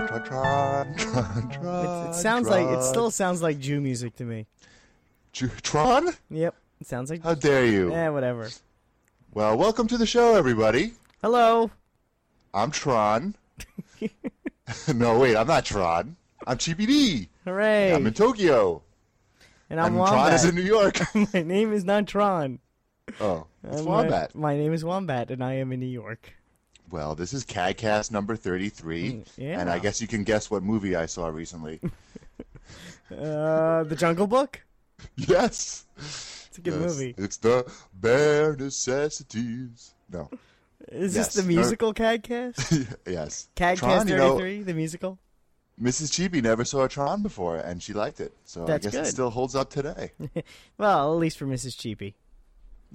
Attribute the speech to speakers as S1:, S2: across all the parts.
S1: Tron, Tron, Tron.
S2: It sounds like it
S1: Tron.
S2: still sounds like Jew music to me.
S1: Ju- Tron?
S2: Yep, it sounds like
S1: How dare you?
S2: eh, whatever.
S1: Well, welcome to the show, everybody.
S2: Hello.
S1: I'm Tron. no, wait, I'm not Tron. I'm CBD.
S2: Hooray.
S1: I'm in Tokyo.
S2: and I'm,
S1: and Tron is in
S2: Wombat.
S1: New York.
S2: my name is not Tron.
S1: oh, it's
S2: I'm, uh,
S1: Wombat.
S2: My name is Wombat, and I am in New York.
S1: Well, this is CADcast number 33.
S2: Mm, yeah.
S1: And I guess you can guess what movie I saw recently.
S2: Uh, the Jungle Book?
S1: yes.
S2: It's a good
S1: Yes,
S2: movie.
S1: It's the bare necessities. No.
S2: Is
S1: yes.
S2: this the
S1: No.
S2: musical CADcast?
S1: yes.
S2: CADcast
S1: Tron, you
S2: 33,
S1: know,
S2: the musical?
S1: Mrs. Chibi never saw Tron before, and she liked it. So
S2: That's
S1: I guess
S2: good.
S1: it still holds up today.
S2: Well, at least for Mrs. Cheapy.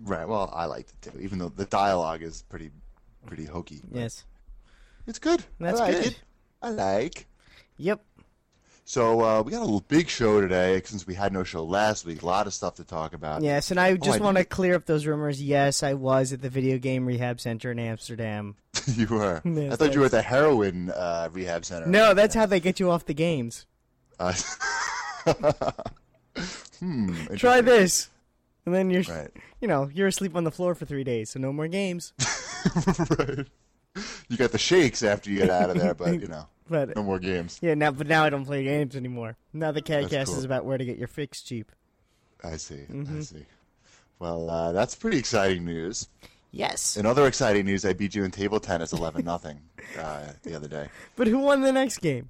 S1: right. Well, I liked it too, even though the dialogue is pretty, pretty hokey. but
S2: Yes.
S1: It's good.
S2: That's
S1: I like
S2: good.
S1: It. I like.
S2: Yep.
S1: So uh, we got a little big show today since we had no show last week. A lot of stuff to talk about.
S2: Yes, and I just
S1: Uh, oh, I
S2: want to
S1: didn't-
S2: clear up those rumors. Yes, I was at the video game rehab center in Amsterdam.
S1: you were.
S2: Yes,
S1: I thought you were
S2: that's-
S1: at the heroin uh, rehab center.
S2: No, that's how they get you off the games.
S1: Uh, hmm.
S2: Try this, and then you're,
S1: Right.
S2: you know, you're asleep on the floor for three days, so no more games.
S1: right. You got the shakes after you get out of there, but you know,
S2: But
S1: no more games.
S2: yeah, now but now I don't play games anymore. Now the CADcast
S1: cool.
S2: is about where to get your fix cheap.
S1: I see.
S2: Mm-hmm.
S1: I see. Well, uh, that's pretty exciting news.
S2: Yes,
S1: In other exciting news, I beat you in table tennis eleven nothing uh, the other day.
S2: but who won the next game?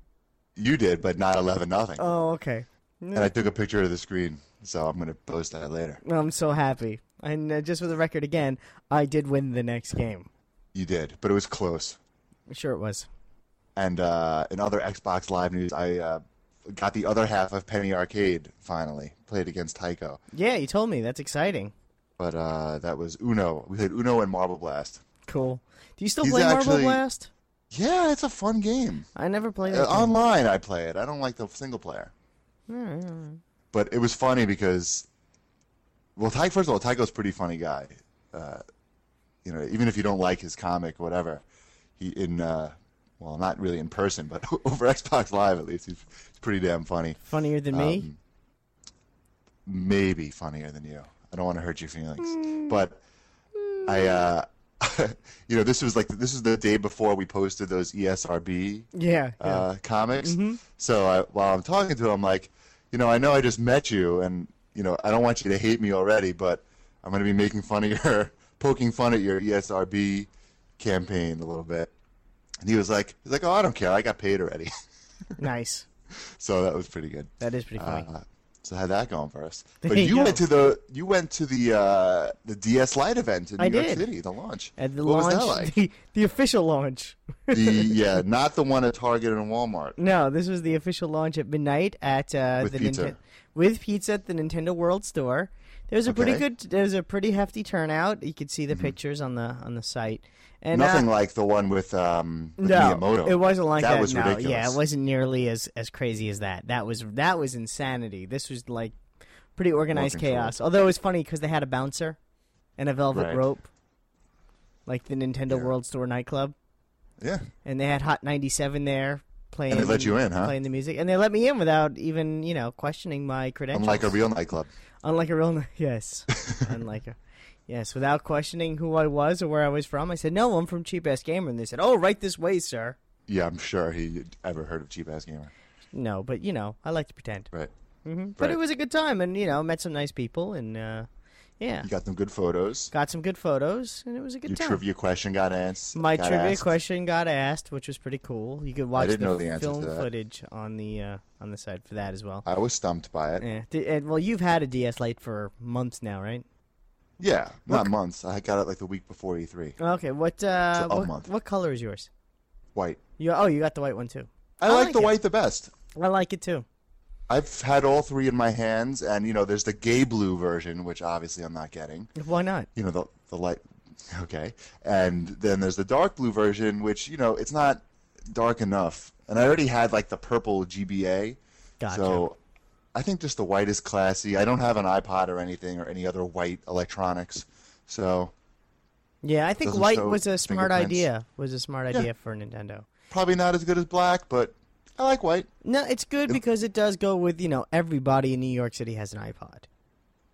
S1: You did, but not eleven nothing.
S2: Oh, okay.
S1: And I took a picture of the screen, so I'm gonna post that later.
S2: I'm so happy. And uh, just for the record, again, I did win the next game.
S1: You did, but it was close.
S2: Sure, it was.
S1: And uh, in other Xbox Live news, I uh, got the other half of Penny Arcade finally. Played against Tycho,
S2: Yeah, you told me. That's exciting.
S1: but uh, that was Uno. We played Uno and Marble Blast.
S2: Cool. Do you still
S1: He's
S2: play Marble
S1: actually-
S2: Blast?
S1: Yeah, it's a fun game.
S2: I never played
S1: Uh,
S2: that. game.
S1: online, I play it. I don't like the single player. But it was funny because, well, Ty, first of all, Tycho's a pretty funny guy. Uh, you know, even if you don't like his comic, whatever, he in uh, well, not really in person, but over Xbox Live at least, he's, he's pretty damn funny.
S2: Funnier than me?
S1: Um, maybe funnier than you. I don't want to hurt your feelings, but I, uh, you know, this was like this is the day before we posted those E ESRB
S2: yeah. yeah. Mm-hmm.
S1: uh, comics. So I, while I'm talking to him, I'm like, you know, I know I just met you, and you know, I don't want you to hate me already, but I'm going to be making fun of your, poking fun at your E ESRB campaign a little bit. And he was like, he's like, oh, I don't care, I got paid already.
S2: nice.
S1: so that was pretty good.
S2: That is pretty funny.
S1: Uh, so I had that going for us.
S2: There
S1: But
S2: you
S1: you
S2: go.
S1: went to the you went to the uh, the DS Lite event in New
S2: I
S1: York
S2: did.
S1: City, the launch.
S2: At the
S1: what
S2: launch,
S1: was that like?
S2: the, the official launch.
S1: the, yeah, not the one at Target and Walmart.
S2: No, this was the official launch at midnight at uh,
S1: With
S2: the
S1: pizza.
S2: Ninten- with pizza at the Nintendo World Store. There was a pretty
S1: Okay. Mm-hmm.
S2: good. There was a pretty hefty turnout. You could see the pictures on the on the site. And uh,
S1: Nothing like the one with um with
S2: no,
S1: Miyamoto.
S2: it wasn't like that.
S1: was
S2: no,
S1: ridiculous.
S2: yeah, it wasn't nearly as as crazy as that. That was that was insanity. This was like pretty organized
S1: controlled.
S2: chaos. Although it was funny because they had a bouncer and a velvet
S1: Right.
S2: rope, like the Nintendo
S1: Yeah.
S2: World Store nightclub,
S1: Yeah,
S2: and they had Hot ninety seven there playing.
S1: And they let you in, huh?
S2: Playing the music, and they let me in without even you know questioning my credentials.
S1: unlike a real nightclub.
S2: unlike a real ni- yes, unlike a. Yes, without questioning who I was or where I was from, I said, "No, I'm from Cheap Ass Gamer," and they said, "Oh, right this way, sir."
S1: Yeah, I'm sure he ever heard of Cheap Ass Gamer.
S2: No, but you know, I like to pretend.
S1: Right.
S2: hmm But it
S1: Right.
S2: was a good time, and you know, met some nice people, and uh, yeah,
S1: You got some good photos.
S2: got some good photos, and it was a good
S1: Your
S2: time.
S1: trivia question got answered.
S2: My trivia
S1: asked.
S2: question got asked, which was pretty cool. You could watch
S1: didn't know the
S2: the,
S1: answer
S2: film
S1: to that.
S2: footage on the uh, on the side for that as well.
S1: I was stumped by it.
S2: yeah. Eh, Di- and, well, you've had a DS Lite for months now, right?
S1: Yeah, not months. I got it like the week before E E3.
S2: Okay. What uh,
S1: It's a
S2: what,
S1: month.
S2: what color is yours?
S1: White.
S2: You oh, you got the white one too.
S1: I, like, the
S2: it.
S1: white the best.
S2: I like it too.
S1: I've had all three in my hands, and you know, there's the gay blue version, which obviously I'm not getting.
S2: Why not?
S1: you know the the light okay and then there's the dark blue version which you know it's not dark enough and i already had like the purple gba
S2: Gotcha.
S1: so i think just the white is classy i don't have an ipod or anything or any other white electronics so
S2: Yeah, I think
S1: Doesn't
S2: white
S1: show
S2: was a smart
S1: fingerprints.
S2: idea. Was a smart idea for Nintendo.
S1: probably not as good as black but I like white.
S2: No, it's good because it does go with you know everybody in New York City has an iPod,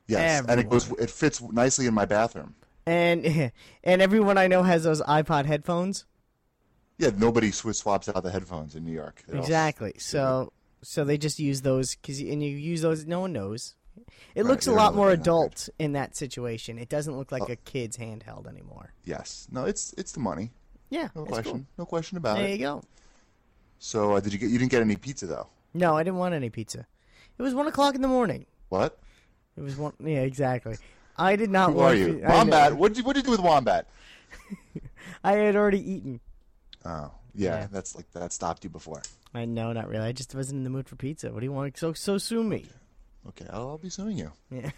S1: Yes, and it
S2: Everyone.
S1: goes. It fits nicely in my bathroom.
S2: and and everyone I know has those iPod headphones.
S1: Yeah, nobody sw- swaps out the headphones in New York. at all.
S2: Exactly. So so they just use those because and you use those. No one knows. It
S1: Right,
S2: looks a
S1: they don't
S2: lot
S1: know
S2: more
S1: they're not good.
S2: adult in that situation. It doesn't look
S1: Oh.
S2: like a kid's handheld anymore.
S1: Yes. No, it's it's the money.
S2: Yeah,
S1: No
S2: it's
S1: question.
S2: cool.
S1: No question about
S2: There
S1: it.
S2: you go.
S1: So uh, did you get? You didn't get any pizza though.
S2: No, I didn't want any pizza. It was one o'clock in the morning.
S1: What?
S2: It was one. Yeah, exactly. I did not
S1: Who
S2: want.
S1: are you?
S2: pi- I know.
S1: Wombat. What did you What did you do with Wombat?
S2: I had already eaten.
S1: Oh, yeah,
S2: Yeah.
S1: That's like that stopped you before.
S2: I know, not really. I just wasn't in the mood for pizza. What do you want? So, so sue me.
S1: Okay, I'll, I'll be suing you.
S2: Yeah.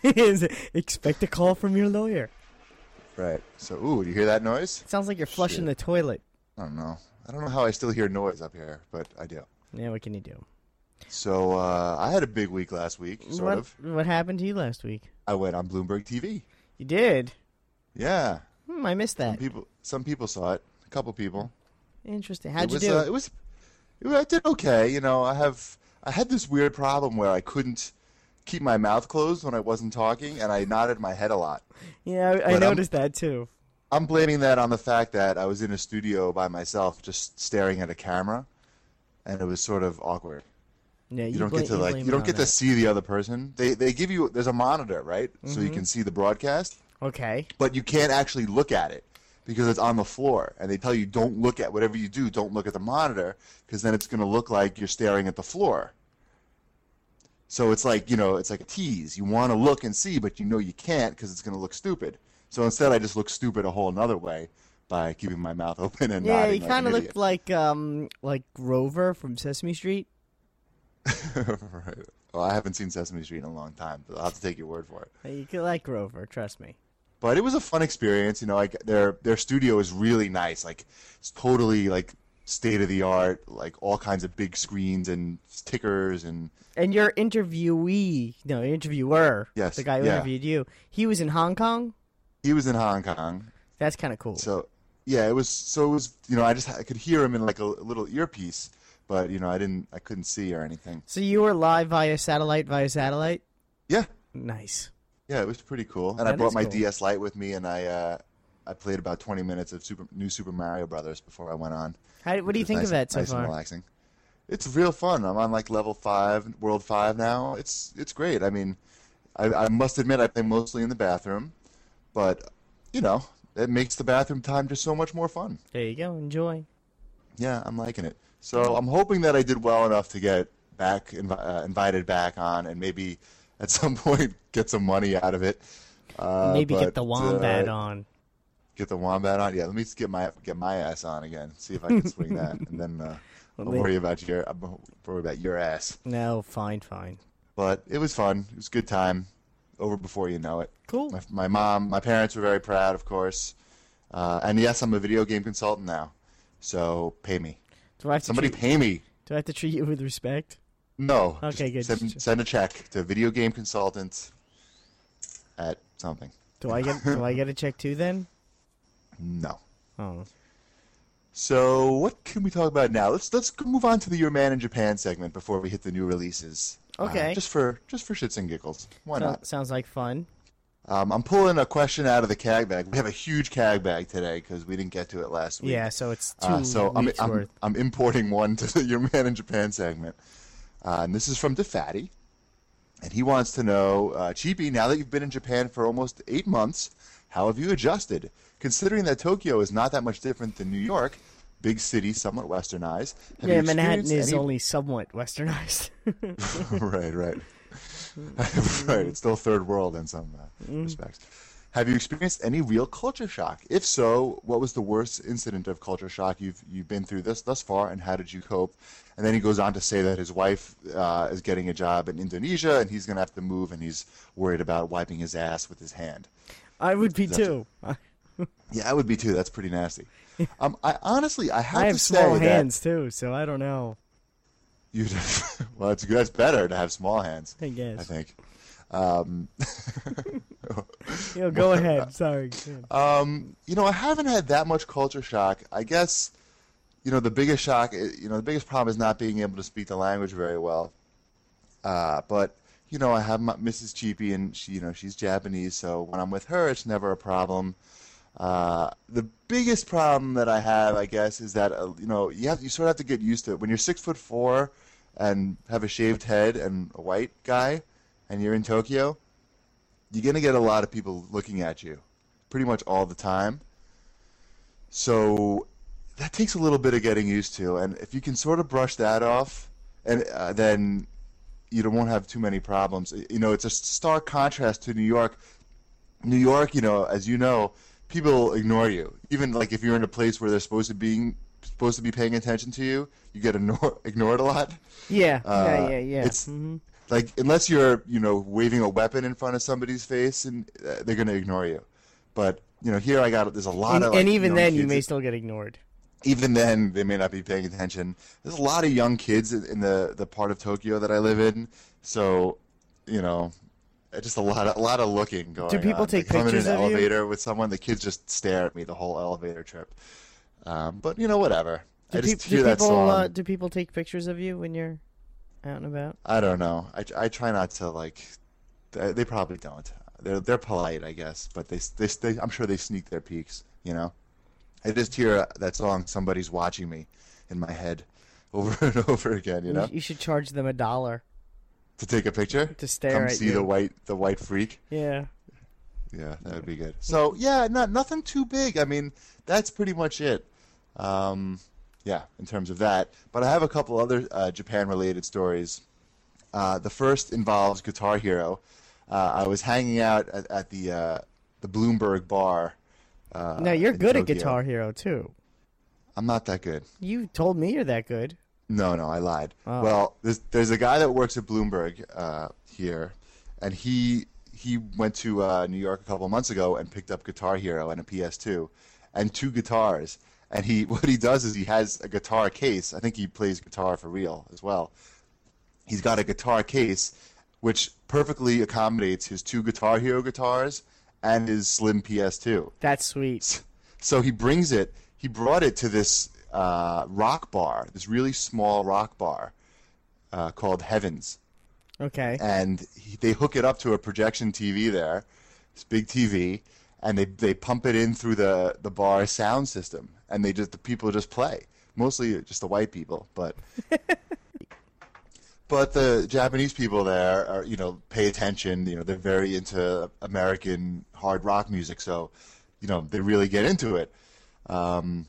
S2: Expect a call from your lawyer.
S1: Right. So, ooh, do you hear that noise?
S2: It sounds like you're flushing the toilet.
S1: I don't know. I don't know how I still hear noise up here, but I do.
S2: Yeah, what can you do?
S1: So uh, I had a big week last week, sort
S2: what,
S1: of.
S2: what happened to you last week?
S1: I went on Bloomberg TV.
S2: You did?
S1: Yeah,
S2: Hmm, I missed that.
S1: people. Some people saw it. A couple people.
S2: Interesting. How'd
S1: Mm-hmm. it
S2: you
S1: was,
S2: do?
S1: Uh, it was. It was. I did okay. You know, I have. I had this weird problem where I couldn't keep my mouth closed when I wasn't talking, and I nodded my head a lot.
S2: yeah, I- I,
S1: but um, I'm-
S2: noticed that too.
S1: I'm blaming that on the fact that I was in a studio by myself, just staring at a camera, and it was sort of awkward.
S2: Yeah, you,
S1: You don't
S2: bla-
S1: get to like
S2: blame
S1: you
S2: it
S1: don't
S2: on
S1: get to see the other person. They they give you there's a monitor right, so
S2: Mm-hmm.
S1: you can see the broadcast,
S2: that. Okay.
S1: but you can't actually look at it because it's on the floor, and they tell you don't look at whatever you do, don't look at the monitor because then it's going to look like you're staring at the floor. So it's like you know it's like a tease. You want to look and see, but you know you can't because it's going to look stupid. So instead, I just look stupid a whole another way by keeping my mouth open and
S2: Yeah, you
S1: nodding
S2: kind of
S1: like an
S2: looked like um like Rover from Sesame Street.
S1: idiot. Right. Well, I haven't seen Sesame Street in a long time, but I'll have to take your word for it.
S2: Uh, You could like Rover, trust me.
S1: but it was a fun experience. You know, like their their studio is really nice. Like it's totally like state of the art. Like all kinds of big screens and tickers and
S2: And your interviewee, no interviewer,
S1: Yes,
S2: the guy who
S1: yeah.
S2: interviewed you, he was in Hong Kong.
S1: he was in Hong Kong.
S2: That's kind of cool.
S1: So yeah, it was so it was you know I just I could hear him in like a little earpiece, but you know I didn't I couldn't see or anything.
S2: So you were live via satellite, via satellite.
S1: Yeah,
S2: Nice.
S1: yeah, it was pretty cool. And I
S2: That
S1: brought
S2: is
S1: my
S2: cool.
S1: DS Lite with me, and I uh, I played about twenty minutes of Super New Super Mario Brothers before I went on.
S2: How, what do you
S1: It's
S2: think
S1: nice-
S2: of that so
S1: nice and
S2: far?
S1: relaxing. It's real fun. I'm on like level five, world five now. It's it's great. I mean, I, I must admit I play mostly in the bathroom, but you know it makes the bathroom time just so much more fun.
S2: There you go. Enjoy.
S1: Yeah, I'm liking it.
S2: Mm.
S1: So I'm hoping that I did well enough to get back invi- uh, invited back on, and maybe at some point get some money out of it. Uh,
S2: Maybe
S1: but,
S2: get the wombat
S1: uh,
S2: on.
S1: Get the wombat on. Yeah, let me just get my get my ass on again. See if I can swing that, and then uh, I'll
S2: Wait.
S1: worry about your I'll worry about your ass.
S2: No, fine, fine.
S1: But it was fun. It was a good time. Over before you know it.
S2: Cool.
S1: My, my mom, my parents were very proud, of course. Uh, and yes, I'm a video game consultant now, so pay me.
S2: Do I have to
S1: Somebody
S2: treat,
S1: pay me.
S2: do I have to treat you with respect?
S1: No.
S2: Okay,
S1: just
S2: good.
S1: Send, send a check to video game consultant at something.
S2: Do I get do I get a check too then?
S1: No.
S2: Oh,
S1: So what can we talk about now? Let's let's move on to the Your Man in Japan segment before we hit the new releases. Uh,
S2: Okay.
S1: just for just for shits and giggles. Why
S2: so-
S1: not?
S2: sounds like fun.
S1: Um, I'm pulling a question out of the cag bag. We have a huge cag bag today because we didn't get to it last week.
S2: Yeah, so it's two
S1: Uh, so I'm,
S2: weeks
S1: I'm,
S2: worth.
S1: I'm importing one to the Your Man in Japan segment. Uh, and this is from DeFatty. And he wants to know, uh, Cheapy, now that you've been in Japan for almost eight months, how have you adjusted? Considering that Tokyo is not that much different than New York, big city, somewhat westernized. Have
S2: Yeah,
S1: you
S2: Manhattan
S1: experienced
S2: is
S1: any-
S2: only somewhat westernized.
S1: right, right. right, it's still third world in some uh, respects. Have you experienced any real culture shock? If so, what was the worst incident of culture shock you've you've been through this thus far, and how did you cope? And then he goes on to say that his wife uh, is getting a job in Indonesia, and he's going to have to move, and he's worried about wiping his ass with his hand.
S2: I would be
S1: That's it.
S2: too. I,
S1: Yeah, I would be too. That's pretty nasty. Um, I honestly, I have,
S2: I
S1: to
S2: have
S1: say
S2: small
S1: that
S2: hands too, so I don't know.
S1: You'd well, that's good. That's better to have small hands.
S2: I guess.
S1: I think.
S2: You know, go ahead. Sorry.
S1: Uh, Um, you know, I haven't had that much culture shock. I guess you know, the biggest shock, eh, you know, the biggest problem is not being able to speak the language very well. Uh, but you know, I have my, Mrs. Cheapy, and she, you know, she's Japanese, so when I'm with her, it's never a problem. Uh, the biggest problem that I have, I guess, is that uh, you know, you have you sort of have to get used to it. When you're six foot four and have a shaved head and a white guy, and you're in Tokyo, you're gonna get a lot of people looking at you, pretty much all the time. So that takes a little bit of getting used to, and if you can sort of brush that off, and uh, then you don't won't have too many problems. You know, it's a stark contrast to New York. New York, you know, as you know, people ignore you. Even like if you're in a place where they're supposed to being supposed to be paying attention to you, you get ignore, ignored a lot.
S2: Yeah, yeah, yeah, yeah.
S1: uh, It's
S2: Mhm.
S1: like unless you're you know waving a weapon in front of somebody's face, and uh, they're gonna ignore you. But you know, here I got there's a lot
S2: and,
S1: of like,
S2: and even
S1: young
S2: then, you
S1: kids
S2: may
S1: that-
S2: still get ignored.
S1: even then they may not be paying attention. There's a lot of young kids in in the the part of Tokyo that I live in, so you know, just a lot of, a lot of looking going.
S2: Do people
S1: on.
S2: take
S1: like, if
S2: pictures
S1: I'm in
S2: of
S1: an
S2: you?
S1: elevator with someone? The kids just stare at me the whole elevator trip. Um, but you know, whatever.
S2: Do,
S1: I just
S2: peop- do
S1: hear that
S2: people
S1: song.
S2: Uh, do people take pictures of you when you're out and about?
S1: I don't know. I, I try not to like. They they probably don't. They're they're polite, I guess, but they, they they I'm sure they sneak their peeks. You know, I just hear that song. Somebody's watching me in my head, over and over again. You know,
S2: You should charge them a dollar
S1: to take a picture,
S2: to stare
S1: come
S2: at
S1: see
S2: you.
S1: the white the white freak.
S2: yeah.
S1: Yeah, that would be good. So yeah, not nothing too big. I mean, that's pretty much it. Um, yeah, in terms of that. But I have a couple other uh, Japan-related stories. Uh, the first involves Guitar Hero. Uh, I was hanging out at, at the uh, the Bloomberg bar. Uh,
S2: Now you're
S1: in
S2: good at
S1: Tokyo.
S2: Guitar Hero too.
S1: I'm not that good.
S2: You told me you're that good.
S1: No, no, I lied.
S2: Oh.
S1: Well, there's there's a guy that works at Bloomberg uh, here, and he he went to uh, New York a couple months ago and picked up Guitar Hero and a PS2, and two guitars. And he what he does is he has a guitar case. I think he plays guitar for real as well. He's got a guitar case, which perfectly accommodates his two Guitar Hero guitars and his slim PS2
S2: That's sweet.
S1: so he brings it. He brought it to this uh, rock bar, this really small rock bar uh, called Heavens,
S2: Okay.
S1: and he, they hook it up to a projection TV there, this big TV, and they they pump it in through the the bar sound system, and they just the people just play, mostly just the white people, but. But the Japanese people there are, you know, pay attention. You know, they're very into American hard rock music, so, you know, they really get into it. And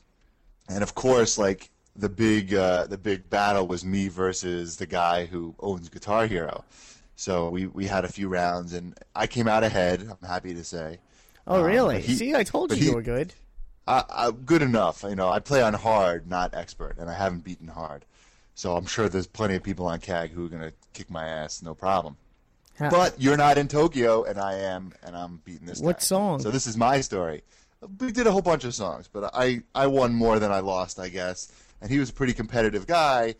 S1: of course, like the big uh, the big battle was me versus the guy who owns Guitar Hero. So we, we had a few rounds, and I came out ahead. I'm happy to say,
S2: Oh,
S1: Um,
S2: really?
S1: but he-
S2: See, I told you
S1: but
S2: you
S1: he-
S2: were good.
S1: I, I, good enough. You know, I play on hard, not expert, and I haven't beaten hard. So I'm sure there's plenty of people on CAG who are gonna kick my ass, no problem.
S2: Huh.
S1: But you're not in Tokyo, and I am, and I'm beating this.
S2: What
S1: guy.
S2: song?
S1: So this is my story. We did a whole bunch of songs, but I I won more than I lost, I guess. And he was a pretty competitive guy,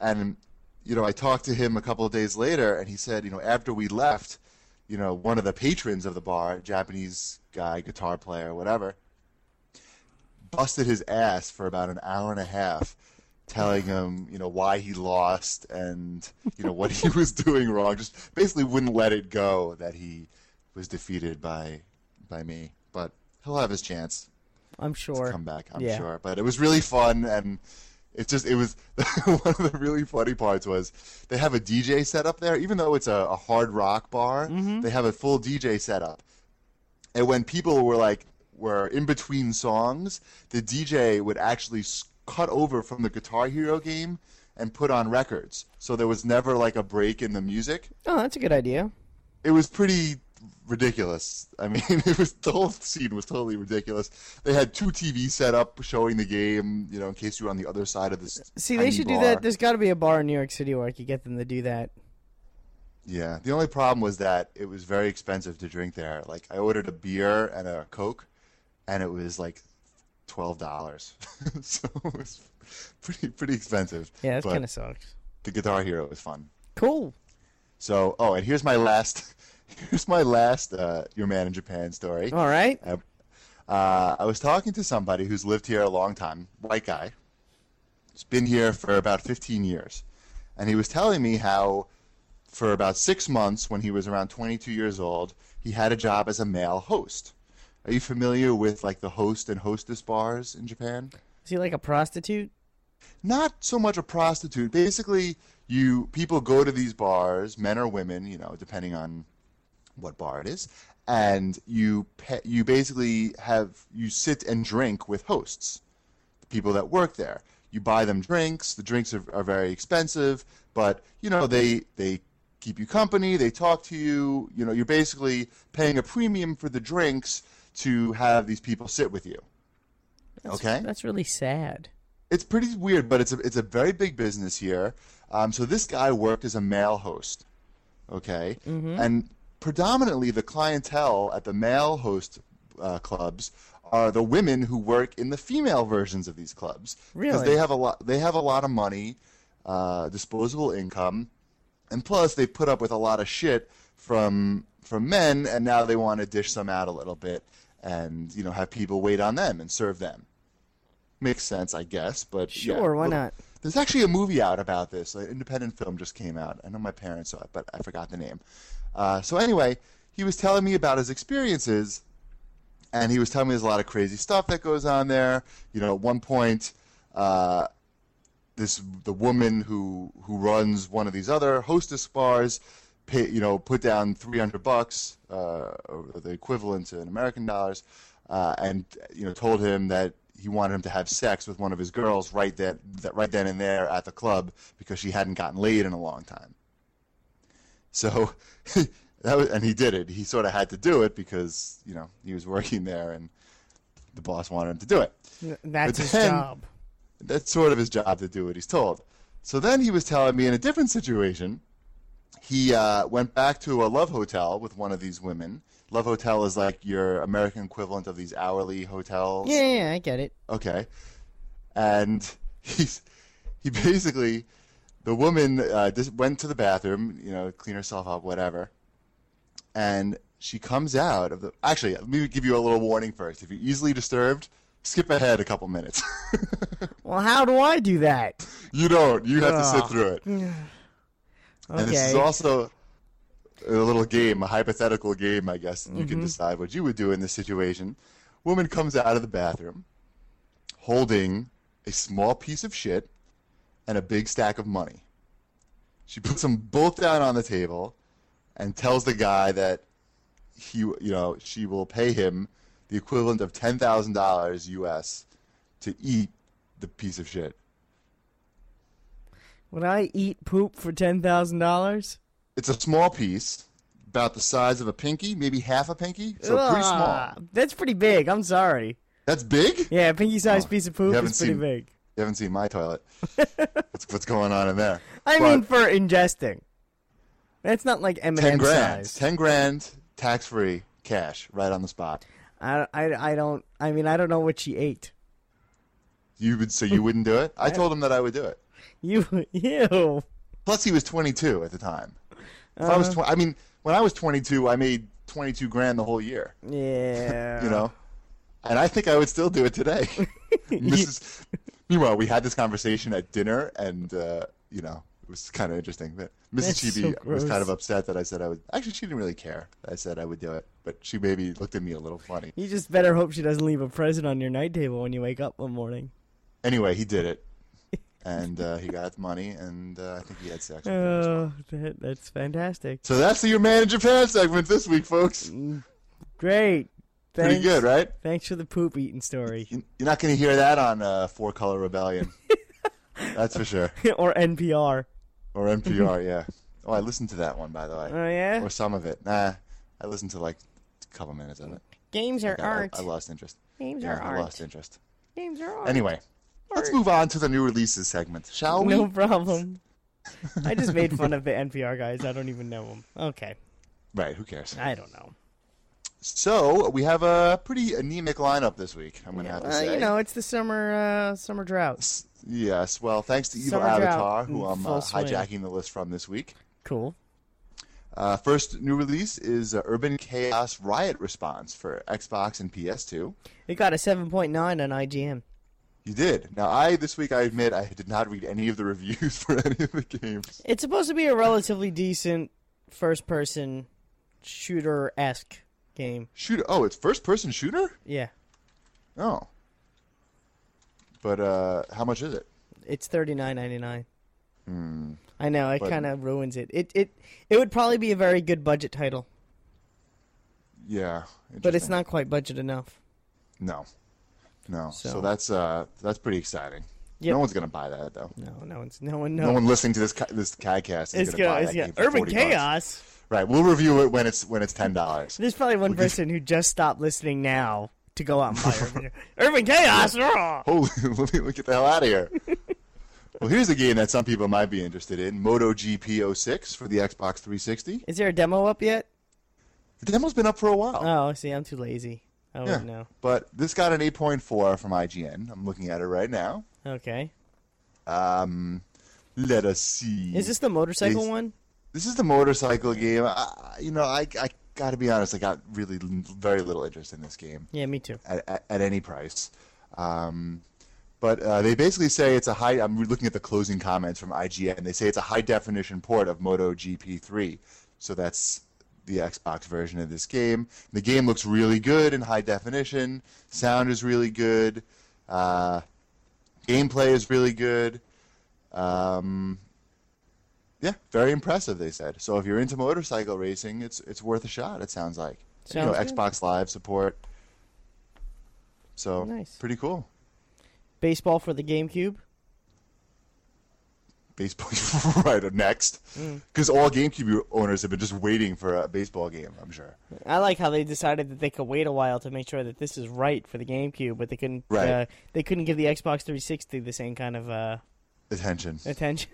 S1: and you know I talked to him a couple of days later, and he said, you know, after we left, you know, one of the patrons of the bar, Japanese guy, guitar player, whatever, busted his ass for about an hour and a half telling him you know why he lost and you know what he was doing wrong just basically wouldn't let it go that he was defeated by by me but he'll have his chance
S2: I'm
S1: to
S2: sure.
S1: come back i'm
S2: yeah.
S1: sure but it was really fun and it's just it was one of the really funny parts was they have a dj set up there even though it's a, a hard rock bar they have a full dj setup and when people were like were in between songs, the DJ would actually s- cut over from the Guitar Hero game and put on records. So there was never like a break in the music.
S2: Oh, that's a good idea.
S1: It was pretty ridiculous. I mean, it was the whole scene was totally ridiculous. They had two TVs set up showing the game, you know, in case you were on the other side of this.
S2: Uh, See, they
S1: tiny
S2: should do
S1: bar.
S2: that. There's got to be a bar in New York City where I could get them to do that.
S1: Yeah. The only problem was that it was very expensive to drink there. Like I ordered a beer and a Coke and it was like twelve dollars. so it was pretty pretty expensive.
S2: Yeah, that
S1: But
S2: kind of sucks.
S1: the Guitar Hero was fun.
S2: Cool.
S1: So oh and here's my last here's my last uh, Your Man in Japan story.
S2: All right.
S1: Uh, I was talking to somebody who's lived here a long time, white guy, who's been here for about 15 years. And he was telling me how, for about six months, when he was around 22 years old, he had a job as a male host. Are you familiar with like the host and hostess bars in Japan?
S2: Is he like a prostitute?
S1: Not so much a prostitute. Basically, you people go to these bars, men or women, you know, depending on what bar it is, and you pe- you basically have you sit and drink with hosts, the people that work there. You buy them drinks. The drinks are, are very expensive, but you know they they keep you company. They talk to you. You know you're basically paying a premium for the drinks to have these people sit with you.
S2: That's-
S1: Okay.
S2: That's really sad.
S1: It's pretty weird, but it's a it's a very big business here. Um, so this guy worked as a male host, okay, and predominantly the clientele at the male host uh, clubs are the women who work in the female versions of these clubs because
S2: Really?
S1: they have a lot they have a lot of money, uh, disposable income, and plus they put up with a lot of shit from from men, and now they want to dish some out a little bit and you know have people wait on them and serve them makes sense, I guess. But yeah.
S2: Sure, why
S1: Look,
S2: not?
S1: There's actually a movie out about this. An independent film just came out. I know my parents saw it, but I forgot the name. Uh, so anyway, he was telling me about his experiences, and he was telling me there's a lot of crazy stuff that goes on there. You know, at one point. Uh, this the woman who who runs one of these other hostess bars pay, you know put down 300 bucks uh, or the equivalent to in american dollars uh, and you know told him that he wanted him to have sex with one of his girls right that, that right then and there at the club because she hadn't gotten laid in a long time so that was, and he did it he sort of had to do it because you know he was working there and the boss wanted him to do it
S2: N- That's
S1: But
S2: his
S1: then-
S2: job.
S1: that's sort of his job to do what he's told. So then he was telling me in a different situation, he uh, went back to a love hotel with one of these women. Love hotel is like your American equivalent of these hourly hotels.
S2: Yeah, yeah, yeah, I get it.
S1: Okay. And he's he basically the woman uh, just went to the bathroom, you know, clean herself up, whatever. And she comes out of the. Actually, let me give you a little warning first. If you're easily disturbed, skip ahead a couple minutes.
S2: Well, how do I do that?
S1: You don't. You have to
S2: Ugh.
S1: sit through it. And this is
S2: Okay.
S1: also a little game, a hypothetical game, I guess. You can decide what you would do in this situation. Woman comes out of the bathroom holding a small piece of shit and a big stack of money. She puts them both down on the table and tells the guy that he, you know, she will pay him the equivalent of ten thousand dollars US to eat the piece of shit.
S2: Would I eat poop for ten thousand dollars?
S1: It's a small piece, about the size of a pinky, maybe half a pinky. So pretty small.
S2: That's pretty big. I'm sorry.
S1: That's big.
S2: Yeah, a pinky-sized piece of poop
S1: Oh, haven't
S2: is pretty
S1: seen-
S2: big.
S1: You haven't seen my toilet. That's what's going on in there.
S2: I
S1: But
S2: mean, for ingesting. That's not like M and
S1: ten
S2: M
S1: grand,
S2: size.
S1: ten grand, tax free, cash, right on the spot.
S2: I, I, I don't. I mean, I don't know what she ate.
S1: You would so you wouldn't do it. I told him that I would do it.
S2: You, ew.
S1: Plus, he was 22 at the time. If I
S2: Uh.
S1: was, tw- I mean, when I was 22, I made 22 grand the whole year.
S2: Yeah.
S1: you know. And I think I would still do it today. Mrs. Meanwhile, we had this conversation at dinner, and uh, you know it was kind of interesting. But
S2: That's
S1: Mrs. Chibi
S2: so
S1: was kind
S2: gross.
S1: of upset that I said I would. Actually, she didn't really care. that I said I would do it, but she maybe looked at me a little funny.
S2: You just better hope she doesn't leave a present on your night table when you wake up one morning.
S1: Anyway, he did it, and uh, he got the money, and uh, I think he had sex. With her as well.
S2: Oh, that, that's fantastic.
S1: So that's the Your Man in Japan segment this week, folks.
S2: Great. Thanks.
S1: Pretty good, right?
S2: Thanks for the poop eating story.
S1: You- You're not going to hear that on uh, Four Color Rebellion. that's for sure.
S2: or NPR.
S1: Or NPR, yeah. Oh, I listened to that one, by the way.
S2: Oh, yeah?
S1: Or some of it. Nah, I listened to like a couple minutes of it.
S2: Games are
S1: I,
S2: art.
S1: I lost interest.
S2: Games
S1: Yeah,
S2: are
S1: I
S2: art.
S1: lost interest.
S2: Games are art.
S1: Anyway, let's move on to the new releases segment, shall we?
S2: No problem. I just made fun of the NPR guys. I don't even know them. Okay.
S1: Right, who cares?
S2: I don't know.
S1: So, we have a pretty anemic lineup this week, I'm going to have to
S2: Uh,
S1: say.
S2: you know, it's the summer uh, summer drought.
S1: S- Yes, well, thanks to Evil
S2: Summer drought
S1: Avatar,
S2: in
S1: who I'm
S2: full
S1: uh,
S2: swing.
S1: hijacking the list from this week.
S2: Cool.
S1: Uh, first new release is uh, Urban Chaos Riot Response for Xbox and PS2.
S2: It got a 7.9 on IGN.
S1: You did. Now, I this week I admit I did not read any of the reviews for any of the games.
S2: It's supposed to be a relatively decent first-person shooter esque game.
S1: Shooter. Oh, it's first person shooter.
S2: Yeah,
S1: Oh. But uh, how much is it?
S2: it's thirty nine ninety nine.
S1: Hmm.
S2: I know it
S1: But-
S2: kind of ruins it. It it it would probably be a very good budget title,
S1: Yeah.
S2: but it's
S1: interesting.
S2: not quite budget enough.
S1: No. No. So,
S2: So-
S1: that's uh that's pretty exciting.
S2: Yep.
S1: No one's gonna buy that though.
S2: No, no one's no one
S1: No,
S2: knows.
S1: one listening to this ca- this podcast is
S2: it's
S1: gonna, buy
S2: gonna,
S1: that
S2: it's gonna
S1: game for
S2: urban
S1: 40 bucks.
S2: chaos.
S1: Right. We'll review it when it's when it's ten dollars.
S2: There's probably one person who just stopped listening now to go out and buy urban, urban chaos. raw.
S1: Holy, let me let me get the hell out of here. well, here's a game that some people might be interested in: MotoGP 06 for the Xbox 360.
S2: Is there a demo up yet?
S1: The demo's been up for a while.
S2: Oh, see, I'm too lazy. I
S1: Yeah.
S2: wouldn't know.
S1: But this got an 8.4 from IGN. I'm looking at it right now.
S2: Okay.
S1: Um, let us see.
S2: Is this the motorcycle
S1: Is-
S2: one?
S1: This is the motorcycle game. I, you know, I, I got to be honest. I got really l- very little interest in this game
S2: Yeah, me too.
S1: at, at, at any price. Um, but uh, they basically say it's a high. I'm looking at the closing comments from IGN. They say it's a high definition port of MotoGP3. So that's the Xbox version of this game. The game looks really good in high definition. Sound is really good. Uh, gameplay is really good. Um, yeah, very impressive. They said. So if you're into motorcycle racing, it's it's worth a shot. It sounds like you know
S2: Sounds good.
S1: Xbox Live support. So
S2: Nice.
S1: pretty cool.
S2: Baseball for the GameCube.
S1: Baseball right up next,
S2: Mm.
S1: because all GameCube owners have been just waiting for a baseball game. I'm sure.
S2: I like how they decided that they could wait a while to make sure that this is right for the GameCube, but they couldn't.
S1: Right.
S2: Uh, they couldn't give the Xbox 360 the same kind of uh,
S1: Attention.
S2: attention.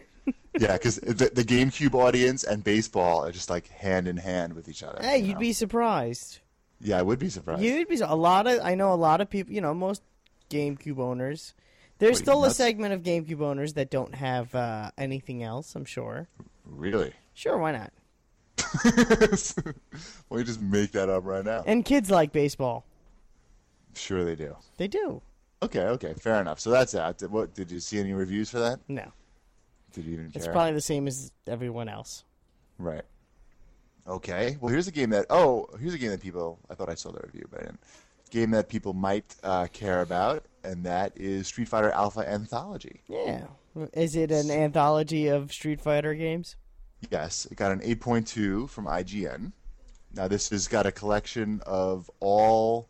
S1: yeah, because the, the GameCube audience and baseball are just like hand in hand with each other.
S2: hey,
S1: you
S2: you'd
S1: know?
S2: be surprised.
S1: Yeah, I would be surprised.
S2: You'd be a lot of. I know a lot of people. You know, most GameCube owners. There's
S1: Wait,
S2: still
S1: nuts.
S2: a segment of GameCube owners that don't have uh, anything else. I'm sure.
S1: Really?
S2: Sure, why not?
S1: Why you just make that up right now?
S2: And kids like baseball.
S1: Sure, they do.
S2: They do.
S1: Okay, okay, fair enough. So that's that. Did- What did you see any reviews for that?
S2: No,
S1: Did you even care?
S2: it's probably the same as everyone else.
S1: Right. Okay. Well, here's a game that oh, here's a game that people I thought I saw the review, but I didn't. Game that people might uh, care about, and that is Street Fighter Alpha Anthology.
S2: Yeah. Is it an anthology of Street Fighter games?
S1: Yes, it got an 8.2 from IGN. Now this has got a collection of all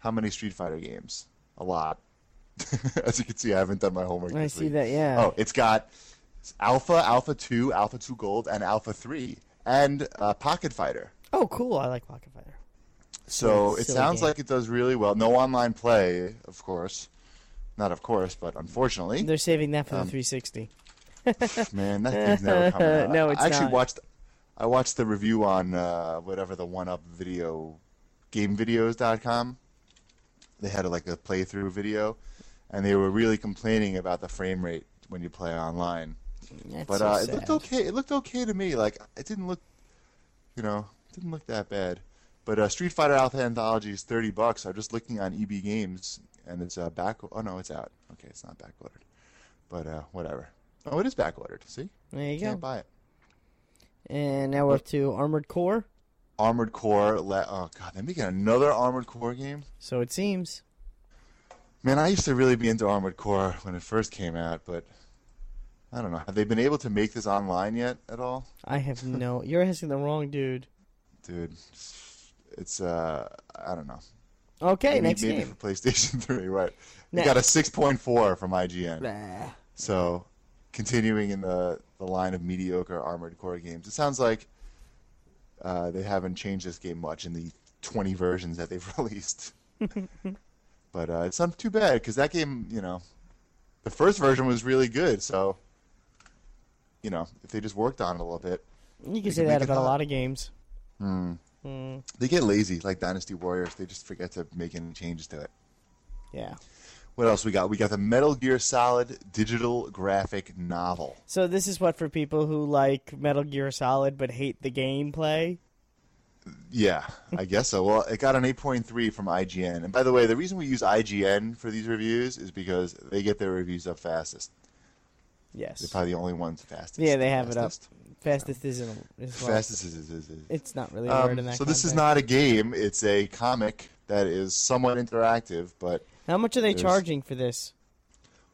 S1: how many Street Fighter games? A lot. As you can see, I haven't done my homework.
S2: I
S1: this
S2: see
S1: week.
S2: that. Yeah.
S1: Oh, it's got Alpha, Alpha 2, Alpha 2 Gold, and Alpha 3, and uh, Pocket Fighter.
S2: Oh, cool. I like Pocket Fighter.
S1: So
S2: Silly
S1: it sounds
S2: game.
S1: like it does really well. No online play, of course. Not of course, but unfortunately,
S2: They're saving that for the 360.
S1: man, that thing's never coming out.
S2: No, it's
S1: I actually
S2: not.
S1: watched. I watched the review on uh, whatever the one up video, gamevideos.com. They had like a playthrough video, and they were really complaining about the frame rate when you play online.
S2: That's
S1: But
S2: so
S1: uh, it
S2: sad.
S1: looked okay. It looked okay to me. Like it didn't look, you know, it didn't look that bad. But uh, Street Fighter Alpha Anthology is thirty bucks. I'm just looking on EB Games, and it's uh, back. Oh no, it's out. Okay, it's not backordered. But uh, whatever. Oh, it is backordered. See,
S2: There you
S1: you can't
S2: go.
S1: buy it.
S2: And now we're up to Armored Core.
S1: Armored Core. Le- oh god, they're making another Armored Core game.
S2: So it seems.
S1: Man, I used to really be into Armored Core when it first came out, but I don't know. Have they been able to make this online yet at all?
S2: I have no. You're asking the wrong dude.
S1: dude. It's uh, I don't know.
S2: Okay,
S1: Maybe-
S2: next
S1: maybe
S2: game.
S1: for PlayStation Three, right?
S2: Ne-
S1: We got a six point four from IGN.
S2: Bah.
S1: So, continuing in the the line of mediocre Armored Core games, it sounds like uh, they haven't changed this game much in the twenty versions that they've released. but uh, it's not too bad because that game, you know, the first version was really good. So, you know, if they just worked on it a little bit,
S2: You can
S1: could
S2: say
S1: make
S2: that
S1: it
S2: about a
S1: hot.
S2: lot of games.
S1: they get lazy like Dynasty Warriors. They just forget to make any changes to it.
S2: Yeah.
S1: What else we got? We got the Metal Gear Solid digital graphic novel.
S2: So this is what for people who like Metal Gear Solid but hate the gameplay.
S1: Yeah, I guess so. Well, it got an 8.3 from IGN. And by the way, the reason we use IGN for these reviews is because they get their reviews up fastest. They're
S2: Yes.
S1: probably the only ones fastest.
S2: Yeah, they have it up.
S1: Fastest.
S2: Fastest isn't. Is what-
S1: Fastest is, is, is, is.
S2: It's not really a
S1: Um,
S2: word in that.
S1: so this is
S2: context.
S1: not a game; it's a comic that is somewhat interactive. But
S2: How much are they
S1: there's-
S2: charging for this?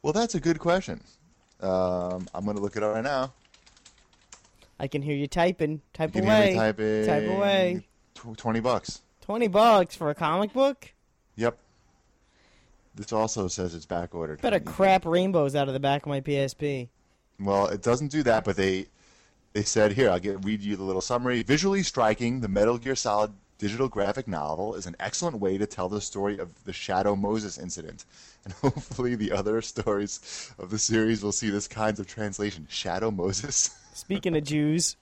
S1: well, that's a good question. Um, I'm going to look it up right now.
S2: I can hear you typing. Type
S1: Give
S2: away.
S1: me type in
S2: Type away.
S1: tw- Twenty bucks.
S2: Twenty bucks for a comic book?
S1: Yep. This also says it's back ordered.
S2: Better crap rainbows out of the back of my PSP.
S1: Well, it doesn't do that, but they they said here I'll get read you the little summary. Visually striking, the Metal Gear Solid digital graphic novel is an excellent way to tell the story of the Shadow Moses incident, and hopefully the other stories of the series will see this kinds of translation. Shadow Moses,
S2: Speaking of Jews.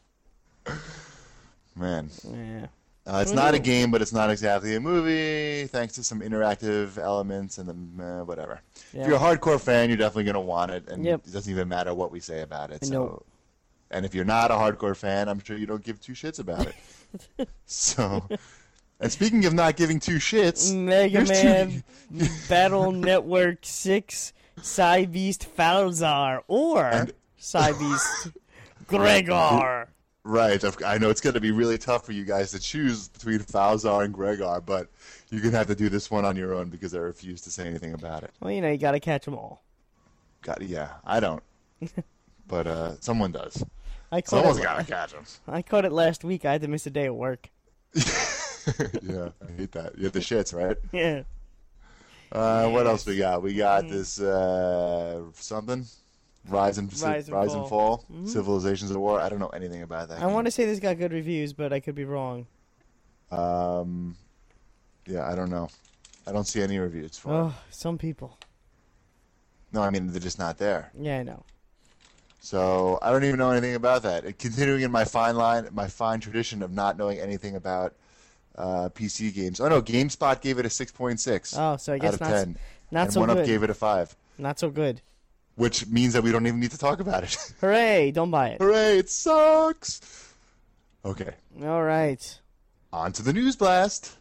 S1: man,
S2: Yeah.
S1: uh, it's not a game, but it's not exactly a movie. Thanks to some interactive elements and the uh, whatever.
S2: Yeah.
S1: If you're a hardcore fan, you're definitely going to want it, and
S2: Yep.
S1: it doesn't even matter what we say about it. So,
S2: Nope.
S1: and if you're not a hardcore fan, I'm sure you don't give two shits about it. so, and speaking of not giving two shits,
S2: Mega
S1: here's two-
S2: Man Battle Network 6 Psybeast Falzar or
S1: And-
S2: Psybeast Gregor.
S1: right? I've- I know it's going to be really tough for you guys to choose between Falzar and Gregor, but you're going to have to do this one on your own because I refuse to say anything about it.
S2: Well, you know, you gotta catch them all.
S1: God, yeah, I don't, but uh, someone does.
S2: I caught,
S1: Someone's
S2: it,
S1: got to catch him.
S2: I caught it last week. I had to miss a day of work.
S1: yeah, I hate that. You have the shits, right?
S2: Yeah.
S1: Uh, What else we got? We got
S2: Mm-hmm.
S1: this uh, something. Rise and
S2: Rise
S1: Rise,
S2: and
S1: and
S2: Fall. Mm-hmm.
S1: Fall. Civilizations of War. I don't know anything about that.
S2: I want to say this got good reviews, but I could be wrong.
S1: to. Um, yeah, I don't know. I don't see any reviews for it.
S2: Oh, some people.
S1: No, I mean they're just not there.
S2: Yeah, I know.
S1: So I don't even know anything about that. And continuing in my fine line, my fine tradition of not knowing anything about uh, PC games. Oh no, GameSpot gave it a six point six
S2: Oh, so I
S1: out
S2: guess
S1: of
S2: not,
S1: ten,
S2: not
S1: and
S2: so
S1: One Up
S2: good.
S1: gave it a five,
S2: Not so good.
S1: which means that we don't even need to talk about it.
S2: Hooray! Don't buy it.
S1: Hooray, it sucks. Okay,
S2: All right.
S1: on to the news blast.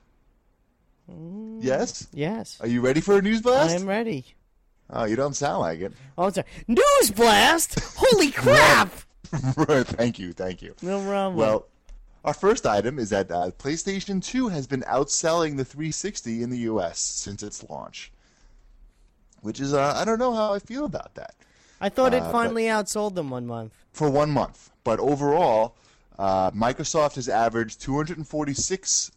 S1: Yes?
S2: Yes.
S1: Are you ready for a news blast?
S2: Mm. I'm ready.
S1: Oh, you don't sound like it.
S2: Oh, sorry. News blast! Holy crap!
S1: Right, thank you, thank you.
S2: No problem.
S1: Well, our first item is that uh, PlayStation 2 has been outselling the 360 in the US since its launch. Which is, uh, I don't know how I feel about that.
S2: I thought it
S1: uh, but-
S2: finally outsold them one month.
S1: for one month. But overall, uh, Microsoft has averaged 246,000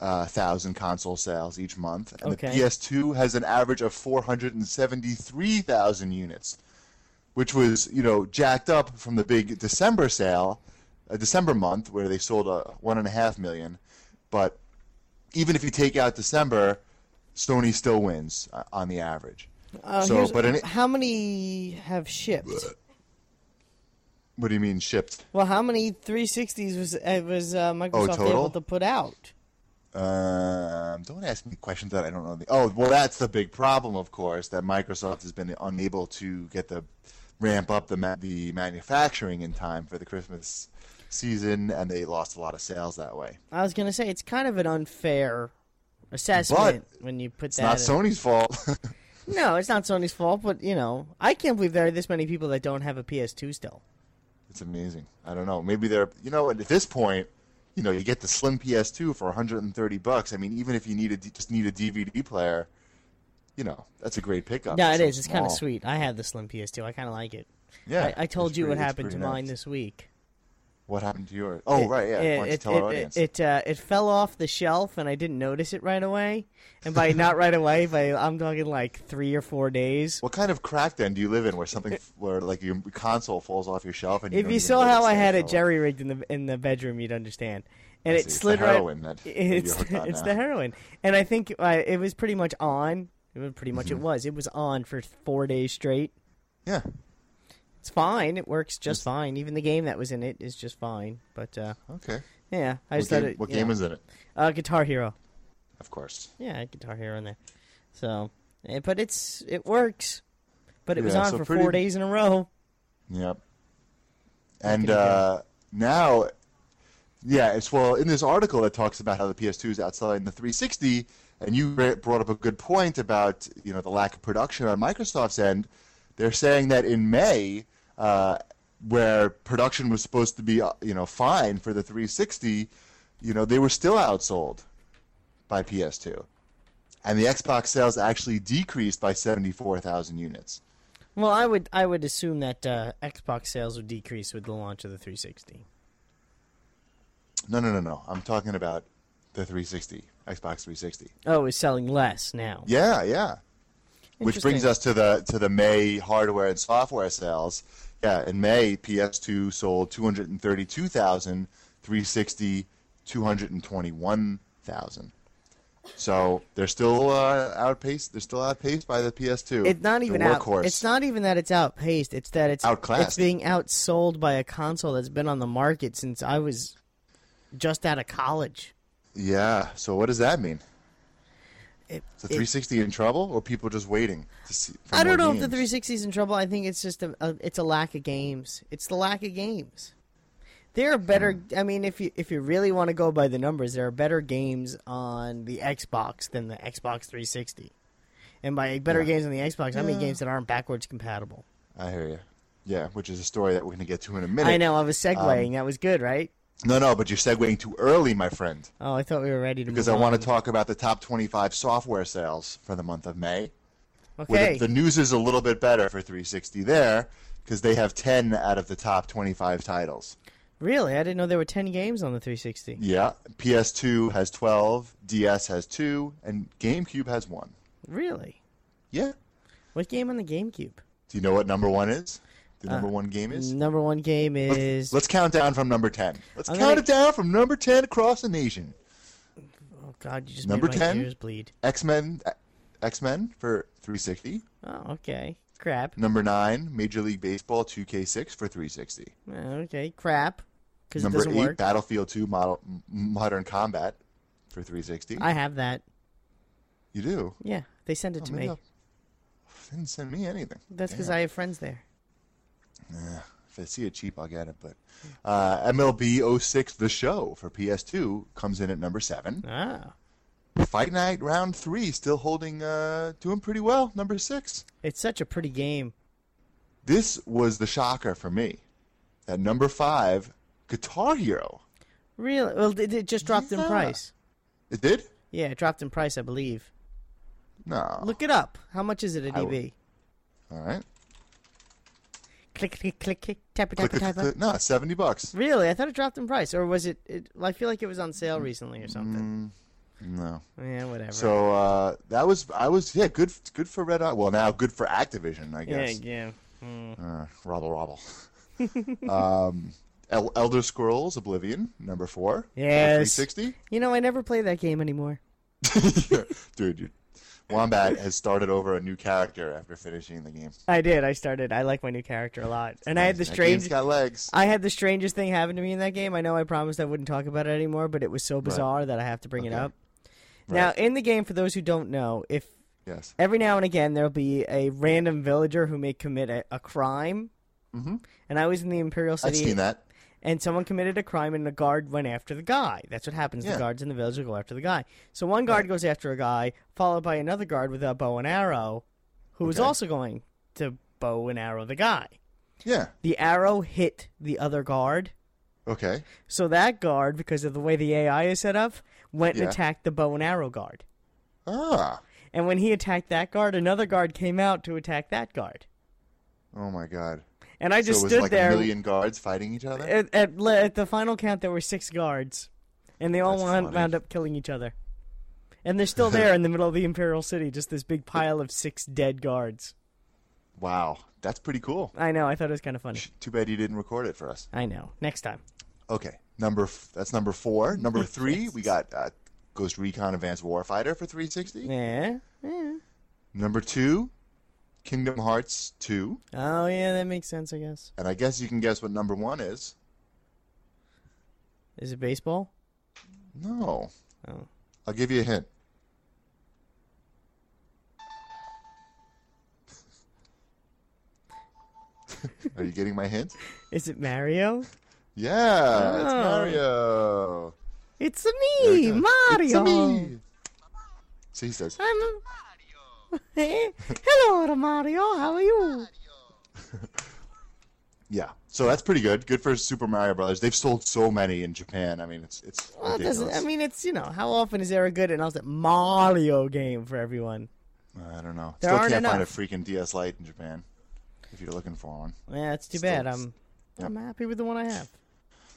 S1: uh, console sales each month, and
S2: Okay.
S1: the PS2 has an average of 473,000 units, which was you know jacked up from the big December sale, uh, December month where they sold a one and a half million. But even if you take out December, Sony still wins uh, on the average.
S2: Uh,
S1: so,
S2: here's-
S1: but in,
S2: how many have shipped?
S1: what do you mean shipped?
S2: Well, how many 360s was uh, was uh, Microsoft able
S1: Oh, total?
S2: to put out?
S1: Um, don't ask me questions that I don't know. The, oh, well, that's the big problem, of course, that Microsoft has been unable to get the ramp up the ma- the manufacturing in time for the Christmas season, and they lost a lot of sales that way.
S2: I was gonna say it's kind of an unfair assessment when you put
S1: It's
S2: that.
S1: not
S2: in-
S1: Sony's fault.
S2: No, it's not Sony's fault, but you know, I can't believe there are this many people that don't have a PS2 still.
S1: it's amazing. I don't know. Maybe they're you know at this point, you know you get the slim PS2 for 130 bucks. I mean, even if you need a, d- just need a DVD player, you know that's a great pickup.
S2: Yeah, it
S1: so
S2: is. It's kind of
S1: small.
S2: sweet. I have the slim PS2. I kind of like it.
S1: Yeah,
S2: I, I told
S1: it's
S2: you
S1: pretty-
S2: what
S1: it's
S2: happened to
S1: pretty
S2: mine
S1: nice.
S2: this week.
S1: What happened to yours? Oh, right, yeah. Why
S2: It,
S1: don't you
S2: it,
S1: tell
S2: it,
S1: our audience?
S2: it, it, uh, it fell off the shelf, and I didn't notice it right away. And by not right away, by I'm talking like three or four days.
S1: what kind of crack den do you live in where something, where like your console falls off your shelf and you
S2: If
S1: don't
S2: you
S1: even
S2: saw how
S1: notice
S2: I
S1: that
S2: had it
S1: fell
S2: jerry rigged in the in the bedroom, you'd understand. And
S1: I
S2: it
S1: see. It's the
S2: slid right.
S1: heroin that- that you're
S2: it's
S1: hooked on
S2: it's
S1: now.
S2: the heroin, and I think uh, it was pretty much on. It was pretty
S1: Mm-hmm.
S2: much it was. It was on for four days straight.
S1: off?
S2: It's fine. It works just fine. Even the game that was in it is just fine. But uh,
S1: Yeah. Okay.
S2: yeah, I
S1: What
S2: just
S1: game,
S2: thought it.
S1: what
S2: you
S1: game
S2: know,
S1: is in it?
S2: uh, Guitar Hero?
S1: Of course.
S2: Yeah, I had Guitar Hero in there. So, eh, but it's it works. But it was
S1: Yeah,
S2: on
S1: so
S2: for four
S1: pretty-
S2: days in a row.
S1: Yep. And
S2: Look at it
S1: uh, now Yeah, it's well in this article that talks about how the PS2 is outselling the 360, and you ra- brought up a good point about you know the lack of production on Microsoft's end. They're saying that in May, uh, where production was supposed to be uh, you know fine for the 360, you know they were still outsold by PS2, and the Xbox sales actually decreased by 74,000 units.
S2: Well, I would I would assume that uh, Xbox sales would decrease with the launch of the 360.
S1: No, no, no, no. I'm talking about the 360, Xbox 360.
S2: Oh, it's selling less now.
S1: Yeah, yeah. Which brings
S2: Interesting.
S1: us to the to the May hardware and software sales. Yeah, in May, PS2 sold 232,000, 360 221,000. So they're still uh, outpaced. They're still outpaced by the PS2.
S2: It's not
S1: the
S2: even out.
S1: workhorse.
S2: It's not even that it's outpaced. It's that it's
S1: Outclassed.
S2: It's being outsold by a console that's been on the market since I was just out of college.
S1: Yeah. So what does that mean?
S2: It-
S1: Is the 360 in trouble, or people just waiting to see? for
S2: I don't
S1: more
S2: know if
S1: games?
S2: the 360's in trouble. I think it's just a, a it's a lack of games. It's the lack of games. There are better.
S1: Hmm.
S2: I mean, if you if you really want to go by the numbers, there are better games on the Xbox than the Xbox 360. And by better games on the Xbox, I mean games that aren't backwards compatible.
S1: I hear you. Yeah, which is a story that we're going to get to in a minute.
S2: I know. I was
S1: um,
S2: segueing. that was good, right?
S1: No, no, but you're segueing too early, my friend,
S2: Oh, I thought we were ready to
S1: because I
S2: move
S1: want
S2: on.
S1: to talk about the top 25 software sales for the month of May. Where the-
S2: Okay.
S1: the, news is a little bit better for 360 there, because they have 10 out of the top 25 titles.
S2: Really? I didn't know there were 10 games on the 360.
S1: Yeah, PS2 has 12, DS has 2, and GameCube has 1.
S2: Really?
S1: Yeah.
S2: What game on the GameCube?
S1: Do you know what number 1 is? The number 1 game is?
S2: Number one game Uh, is.
S1: Let's count down from number 10. Let's
S2: I'm
S1: count
S2: gonna-
S1: it down from number 10 across the nation.
S2: oh, God, you just
S1: Number
S2: made my
S1: 10?
S2: ears bleed.
S1: X-Men X-Men for 360.
S2: Oh, okay. Crap.
S1: Number nine, Major League Baseball 2K6 for 360.
S2: Oh, Okay, crap. Because it
S1: Number
S2: doesn't
S1: eight,
S2: work.
S1: Battlefield 2 Model, M- Modern Combat for 360.
S2: I have that.
S1: you do?
S2: Yeah, they send it to
S1: Maybe
S2: me.
S1: I'll- Didn't send me anything.
S2: That's because I have friends there.
S1: If I see it cheap, I'll get it. But uh, MLB 06 The Show for PS2 comes in at number seven.
S2: Ah.
S1: Fight Night Round 3 still holding, uh, doing pretty well, number six.
S2: It's such a pretty game.
S1: This was the shocker for me. At number five, Guitar Hero.
S2: Really? Well, it, it just dropped in
S1: Yeah.
S2: price.
S1: It did?
S2: Yeah, it dropped in price, I believe.
S1: No.
S2: Look it up. How much is it at E
S1: I
S2: EB?
S1: will. All right.
S2: Click, click, click, click. Tap it, tap
S1: Click,
S2: it,
S1: click,
S2: tap it.
S1: click. No, 70 bucks.
S2: Really? I thought it dropped in price, or was it? it I feel like it was on sale recently or something. Mm-hmm.
S1: No.
S2: Yeah, whatever.
S1: Mm. So uh, that was I was yeah good good for Red Eye. Well, now good for Activision, I
S2: yeah,
S1: guess.
S2: yeah.
S1: Uh, robble robble. um, El- Elder Scrolls Oblivion number four.
S2: Yes.
S1: Three
S2: You know, I never play that game anymore.
S1: sixty. Dude, you, Wombat has started over a new character after finishing the game.
S2: I did. I started. I like my new character a lot, and I had the
S1: That game's
S2: strange.
S1: got legs.
S2: I had the strangest thing happen to me in that game. I know I promised I wouldn't talk about it anymore, but it was so bizarre that I have to bring it
S1: Okay.
S2: up. Now, in the game, for those who don't know, if
S1: Yes.
S2: every now and again there'll be a random villager who may commit a, a crime, and I was in the Imperial
S1: Mm-hmm. I've
S2: City.
S1: seen that.
S2: and someone committed a crime and the guard went after the guy. That's what happens. The
S1: Yeah.
S2: guards in the village will go after the guy. So one guard goes after a guy, followed by another guard with a bow and arrow, who was
S1: Okay.
S2: also going to bow and arrow the guy.
S1: Yeah.
S2: The arrow hit the other guard.
S1: Okay.
S2: So that guard, because of the way the AI is set up, went
S1: Yeah.
S2: and attacked the bow and arrow guard.
S1: Ah.
S2: And when he attacked that guard, another guard came out to attack that guard.
S1: Oh my God.
S2: And I just
S1: so it was
S2: stood
S1: like
S2: there.
S1: a million guards fighting each other.
S2: at, at, le- at the final count, there were six guards, and they all
S1: That's
S2: wound,
S1: funny.
S2: wound up killing each other. And they're still there in the middle of the Imperial City, just this big pile of six dead guards.
S1: Wow, that's pretty cool.
S2: I know. I thought it was kind of funny.
S1: Too bad you didn't record it for us.
S2: I know. Next time.
S1: Okay, number f- that's number four. Number three, we got uh, Ghost Recon Advanced Warfighter for 360.
S2: Yeah.
S1: Number two, Kingdom Hearts 2,
S2: Oh yeah, that makes sense. I guess.
S1: and I guess you can guess what number one is.
S2: Is it baseball?
S1: No,
S2: Oh.
S1: I'll give you a hint. Are you getting my hint?
S2: Is it Mario?
S1: Yeah, it's
S2: Oh.
S1: Mario.
S2: It's
S1: There it
S2: me,
S1: goes. It's
S2: Mario.
S1: me. See, he says,
S2: I'm Hey, hello, Mario. How are you?
S1: yeah. So that's pretty good. Good for Super Mario Brothers. They've sold so many in Japan. I mean, it's it's
S2: Well, it
S1: ridiculous.
S2: doesn't. I mean, it's you know, how often is there a good announced Mario game for everyone?
S1: I don't know.
S2: There
S1: Still
S2: aren't
S1: can't find a
S2: enough.
S1: freaking DS Lite in Japan if you're looking for one.
S2: Yeah, it's too
S1: Still-
S2: bad. I'm, I'm happy with the one I have.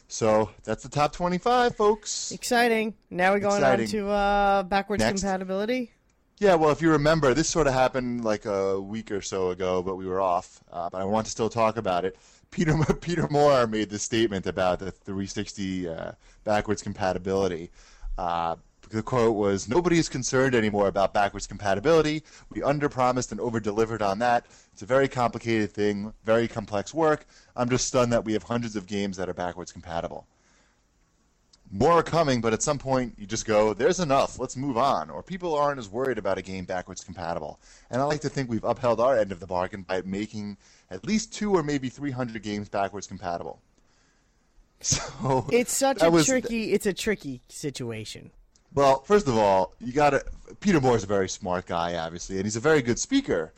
S1: So that's the top 25, folks.
S2: Exciting. Now we're going
S1: Exciting.
S2: on to uh, backwards
S1: Next.
S2: compatibility.
S1: Yeah, well, if you remember, this sort of happened like a week or so ago, but we were off. Uh, but I want to still talk about it. Peter Peter Moore made this statement about the 360 uh, backwards compatibility. Uh, the quote was, "Nobody is concerned anymore about backwards compatibility. We underpromised and overdelivered on that. It's a very complicated thing, very complex work. I'm just stunned that we have hundreds of games that are backwards compatible." more are coming, but at some point you just go, there's enough, let's move on. Or people aren't as worried about a game backwards compatible. And I like to think we've upheld our end of the bargain by making at least two or maybe 300 games backwards compatible. So
S2: It's such
S1: that
S2: a
S1: was-
S2: tricky. It's a tricky situation.
S1: well, first of all, you got to. Peter Moore's a very smart guy, obviously, and he's a very good speaker.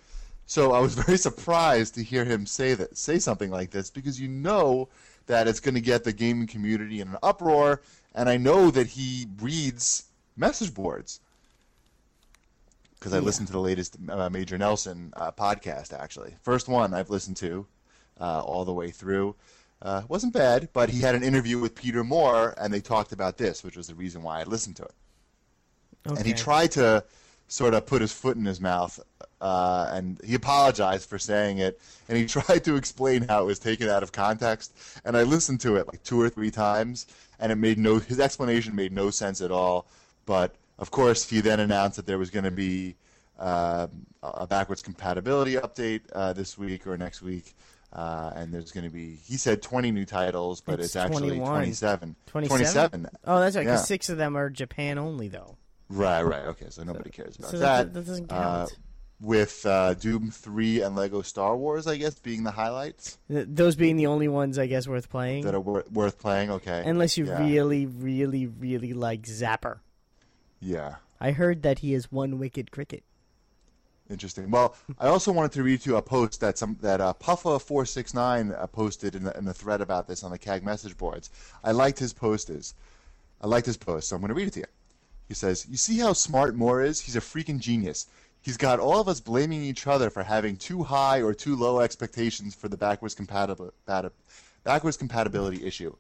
S1: So I was very surprised to hear him say that, say something like this, because you know that it's going to get the gaming community in an uproar, and I know that he reads message boards because I listened to the latest uh, Major Nelson uh, podcast. Actually, first one I've listened to uh, all the way through. Uh, wasn't bad, but he had an interview with Peter Moore, and they talked about this, which was the reason why I listened to it.
S2: Okay.
S1: And he tried to sort of put his foot in his mouth, uh, and he apologized for saying it, and he tried to explain how it was taken out of context. And I listened to it like two or three times, and it made no his explanation made no sense at all. But of course, he then announced that there was going to be uh, a backwards compatibility update uh, this week or next week. Uh, and there's going to be, he said 20 new titles, but
S2: It's
S1: it's, actually
S2: 21.
S1: 27.
S2: 27?
S1: 27.
S2: Oh, that's right. 'cause
S1: Yeah.
S2: Six of them are Japan only, though.
S1: Right, right. Okay, so nobody cares about
S2: so that-
S1: that.
S2: that doesn't
S1: Uh,
S2: count.
S1: with uh, Doom 3 and Lego Star Wars, I guess, being the highlights
S2: Th- Those being the only ones, I guess, worth playing.
S1: that are wor- worth playing. Okay.
S2: Unless you
S1: yeah.
S2: really, really, really like Zapper.
S1: Yeah.
S2: I heard that he is one wicked cricket.
S1: Interesting. Well, I also wanted to read to you a post that some that uh, Puffa469 uh, posted in the, in the thread about this on the CAG message boards. I liked his post is, I liked his post, so I'm going to read it to you. He says, "You see how smart Moore is? He's a freaking genius. He's got all of us blaming each other for having too high or too low expectations for the backwards compatible bata- backwards compatibility issue.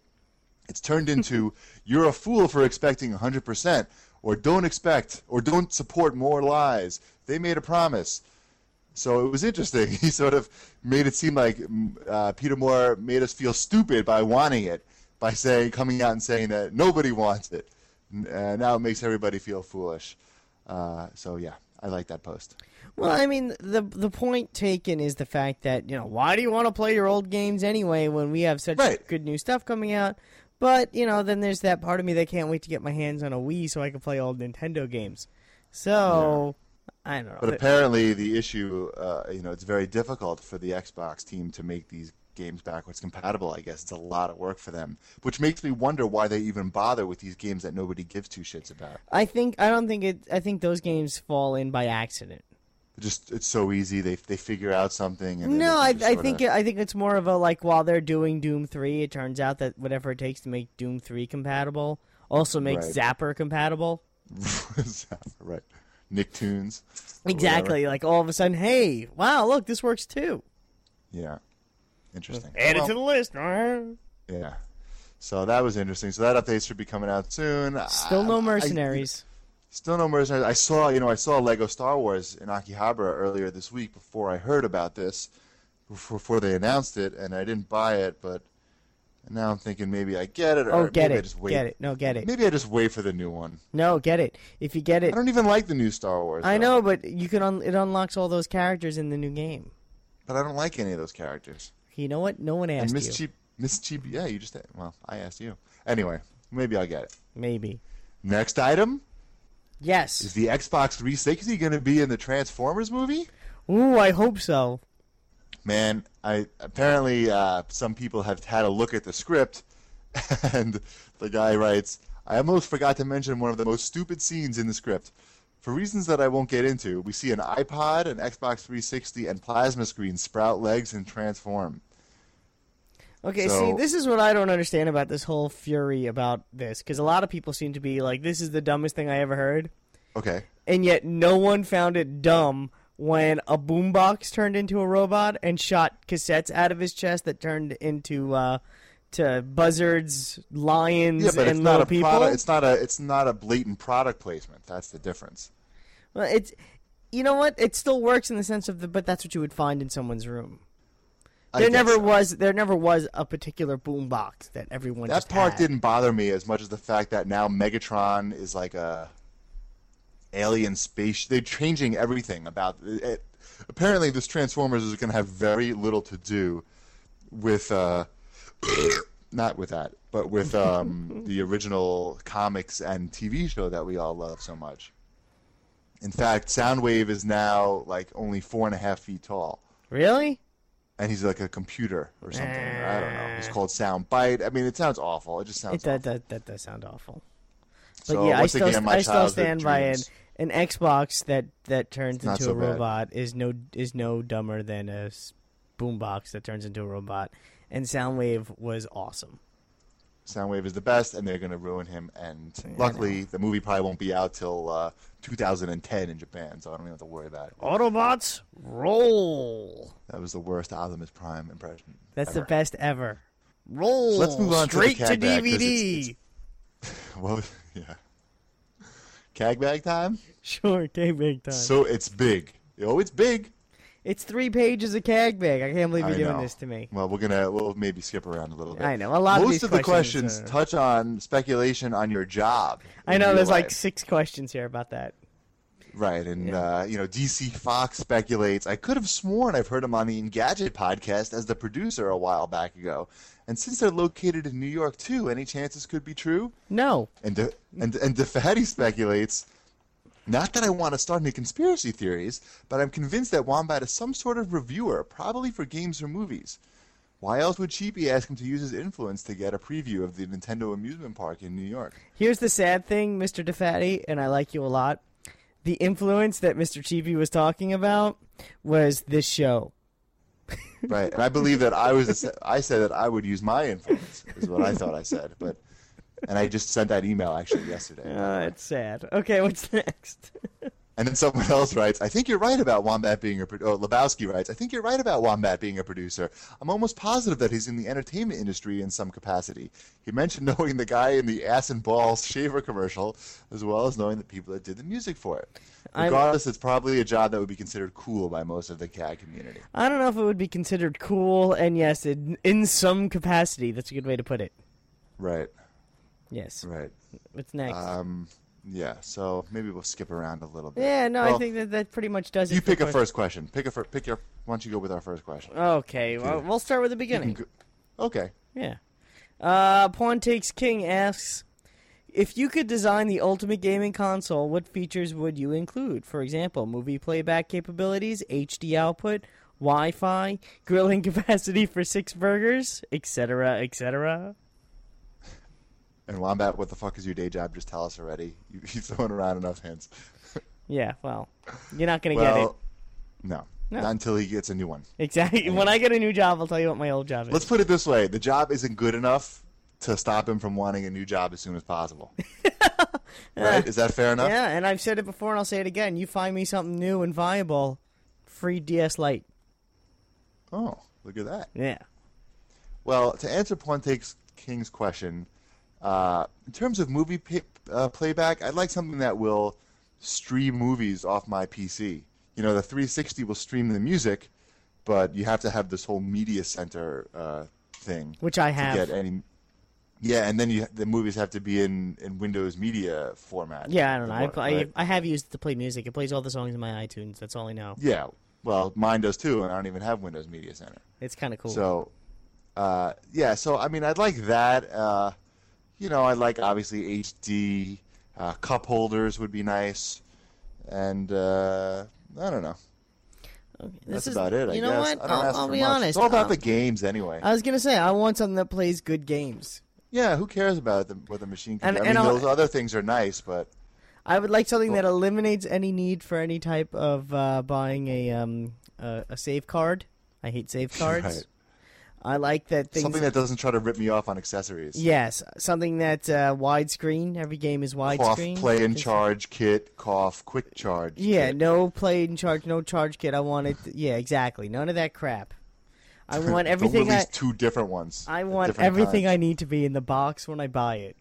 S1: It's turned into you're a fool for expecting 100% or don't expect or don't support more lies. They made a promise. So it was interesting. He sort of made it seem like mm, uh, Peter Moore made us feel stupid by wanting it, by saying coming out and saying that nobody wants it. N- Uh, now it makes everybody feel foolish. Uh, so yeah, I like that post.
S2: Well, I mean, the the point taken is the fact that you know why do you want to play your old games anyway when we have such
S1: Right.
S2: good new stuff coming out? But you know, then there's that part of me that can't wait to get my hands on a Wii so I can play old Nintendo games. So I don't know.
S1: But apparently, the issue, uh, you know, it's very difficult for the Xbox team to make these games backwards compatible. I guess it's a lot of work for them, which makes me wonder why they even bother with these games that nobody gives two shits about.
S2: I think I don't think it. I think those games fall in by accident.
S1: Just it's so easy. They they figure out something. And then
S2: No,
S1: they
S2: I,
S1: can just
S2: I
S1: sorta-
S2: think I think it's more of a like while they're doing Doom three, it turns out that whatever it takes to make Doom three compatible also makes
S1: Right.
S2: Zapper compatible.
S1: right. Nicktoons. or
S2: Exactly. Like all of a sudden, hey, wow, look, this works too.
S1: whatever. Yeah. Interesting.
S2: Add
S1: Well,
S2: it to the list. Arr.
S1: yeah. So that was interesting. So that update should be coming out soon.
S2: Still
S1: I-
S2: no
S1: I-
S2: mercenaries.
S1: Still no mercenaries. I saw, you know, I saw Lego Star Wars in Akihabara earlier this week before I heard about this, before, before they announced it, and I didn't buy it. But now I'm thinking maybe I get it, or
S2: oh, get
S1: maybe I
S2: it.
S1: just wait.
S2: Get it. No, get it.
S1: Maybe I just wait for the new one.
S2: No, get it. If you get
S1: I
S2: it,
S1: don't even like the new Star Wars.
S2: I
S1: though,
S2: know, but you can. Un- it unlocks all those characters in the new game.
S1: but I don't like any of those characters.
S2: You know what? No one
S1: And
S2: asked
S1: Miss
S2: you.
S1: Cheap, Miss Cheap, yeah, you just well, I asked you. Anyway, maybe I'll get it.
S2: Maybe.
S1: Next item is
S2: Yes.
S1: the Xbox 360 going to be in the Transformers movie?
S2: Ooh, I hope so.
S1: Man, I apparently uh, some people have had a look at the script, and The guy writes, I almost forgot to mention one of the most stupid scenes in the script. For reasons that I won't get into, we see an iPod, an Xbox 360, and plasma screen sprout legs and transform.
S2: Okay,
S1: So-
S2: see, this is what I don't understand about this whole fury about this, because a lot of people seem to be like, "This is the dumbest thing I ever heard,"
S1: Okay.
S2: and yet no one found it dumb when a boombox turned into a robot and shot cassettes out of his chest that turned into uh, to buzzards, lions,
S1: Yeah, but
S2: and
S1: it's
S2: little
S1: not a
S2: people.
S1: product. It's not a. It's not a blatant product placement. That's the difference.
S2: Well, it's you know what? It still works in the sense of the, but that's what you would find in someone's room.
S1: I
S2: There
S1: guess
S2: never
S1: so.
S2: was there never was a particular boombox that everyone
S1: That
S2: just
S1: part
S2: had.
S1: didn't bother me as much as the fact that now Megatron is like a alien space. They're changing everything about it. Apparently, this Transformers is going to have very little to do with uh, not with that, but with um, the original comics and TV show that we all love so much. In fact, Soundwave is now like only four and a half feet tall
S2: really.
S1: and he's like a computer or something. or I don't know. It's called Soundbite. I mean, it sounds awful. It just
S2: Eh. It,
S1: sounds.
S2: that,
S1: awful.
S2: that that does sound awful. But
S1: So
S2: yeah, I
S1: once
S2: still
S1: again, my
S2: I still
S1: childhood
S2: stand by
S1: dreams.
S2: it. An Xbox that that turns
S1: not
S2: into
S1: so
S2: a
S1: bad.
S2: robot is no is no dumber than a s- boombox that turns into a robot. And Soundwave was awesome.
S1: Soundwave is the best, and they're going to ruin him. And luckily, the movie probably won't be out till uh, 2010 in Japan, so I don't even have to worry about it.
S2: Autobots roll.
S1: That was the worst Optimus Prime impression.
S2: That's the
S1: ever.
S2: best ever. Roll.
S1: Let's move on to the
S2: straight to,
S1: Cag Bag, 'cause it's-
S2: DVD.
S1: What was- yeah. Cagbag time.
S2: Sure, cag bag time.
S1: So it's big. Oh, it's big.
S2: it's three pages of cag bag. I can't believe you're
S1: I
S2: doing
S1: know.
S2: this to me.
S1: Well, we're gonna we'll maybe skip around a little bit.
S2: I know. A lot of
S1: Most
S2: these
S1: of the
S2: questions
S1: questions
S2: are-
S1: touch on speculation on your job.
S2: I
S1: in
S2: know
S1: real
S2: there's
S1: life.
S2: like six questions here about that.
S1: Right, and uh, you know, DC Fox speculates. I could have sworn I've heard him on the Engadget podcast as the producer a while back ago. And since they're located in New York too, any chances could be true?
S2: No.
S1: And De- and and DeFatti speculates. Not that I want to start any conspiracy theories, but I'm convinced that Wombat is some sort of reviewer, probably for games or movies. Why else would Cheapy ask him to use his influence to get a preview of the Nintendo amusement park in New York?
S2: Here's the sad thing, Mr. DeFatti, and I like you a lot. The influence that Mr. Chibi was talking about was this show.
S1: Right, and I believe that I was. the se- I said that I would use my influence, is what I thought I said, but and I just sent that email actually yesterday.
S2: Uh, it's sad. Okay, what's next?
S1: And then someone else writes, "I think you're right about Wombat being a pro- oh, Lebowski writes, "I think you're right about Wombat being a producer. I'm almost positive that he's in the entertainment industry in some capacity. He mentioned knowing the guy in the ass and balls shaver commercial, as well as knowing the people that did the music for it.
S2: I'm-
S1: Regardless, it's probably a job that would be considered cool by most of the CAD community.
S2: I don't know if it would be considered cool, and yes, in, in some capacity, that's a good way to put it.
S1: Right,
S2: Yes.
S1: right.
S2: What's next?
S1: Um, yeah. So maybe we'll skip around a little bit.
S2: yeah, no, I
S1: Well,
S2: think that that pretty much does it.
S1: you
S2: for
S1: pick a
S2: first-
S1: first question. Pick a fir- pick your. Why don't you go with our first
S2: Uh,
S1: question?
S2: Okay, well, we'll start with the beginning.
S1: Okay.
S2: Yeah. Uh, Pawn Takes King asks If you could design the ultimate gaming console, what features would you include? For example, movie playback capabilities, HD output, Wi Fi, grilling capacity for six burgers, etc., etc.
S1: And Wombat, what the fuck is your day job? Just tell us already. You, you've thrown around enough hints.
S2: Yeah, well, you're not going to get it.
S1: Well, no,
S2: No.
S1: not until he gets a new one.
S2: Exactly. When I get a new job, I'll tell you what my old job is.
S1: Let's put it this way: the job isn't good enough to stop him from wanting a new job as soon as possible. right? Is that fair enough?
S2: Yeah, and I've said it before and I'll say it again. You find me something new and viable, free DS Lite.
S1: Oh, look at that.
S2: Yeah.
S1: Well, to answer Ponte's King's question, uh, in terms of movie pay- uh, playback, I'd like something that will stream movies off my PC. You know, the 360 will stream the music, but you have to have this whole media center uh, thing
S2: Which I
S1: to
S2: have.
S1: get any. Yeah, and then you, the movies have to be in, in Windows Media format.
S2: Yeah, I don't know. I,
S1: Right.
S2: play, I have used it to play music. It plays all the songs in my iTunes. That's all I know.
S1: Yeah, well, mine does too, and I don't even have Windows Media Center.
S2: It's kind of cool.
S1: So, uh, yeah. So I mean, I'd like that. Uh, you know, I'd like obviously HD uh, cup holders would be nice, and uh, I don't know.
S2: Okay,
S1: That's
S2: this is-
S1: about it. I
S2: you know
S1: guess
S2: what?
S1: I don't
S2: I'll,
S1: ask
S2: I'll
S1: for
S2: be
S1: much.
S2: honest. Uh,
S1: It's all about
S2: Um,
S1: the games anyway.
S2: I was gonna say I want something that plays good games.
S1: Yeah, who cares about the, what the machine can
S2: And-
S1: do? I
S2: and
S1: mean,
S2: I'll-
S1: those other things are nice, but
S2: I would like something that eliminates any need for any type of uh, buying a um a, a save card. I hate save cards.
S1: Right.
S2: I like that things.
S1: something that doesn't try to rip me off on accessories.
S2: yes, something that uh, widescreen. Every game is
S1: Cough,
S2: widescreen.
S1: play and
S2: Just-
S1: charge kit, cough, quick charge.
S2: Yeah,
S1: kit.
S2: no play in charge, no charge kit. I want it. yeah, exactly. None of that crap. I
S1: Don't
S2: want everything. I,
S1: release two different ones.
S2: I
S1: at
S2: want
S1: different
S2: everything I
S1: times.
S2: need to be in the box when I buy it,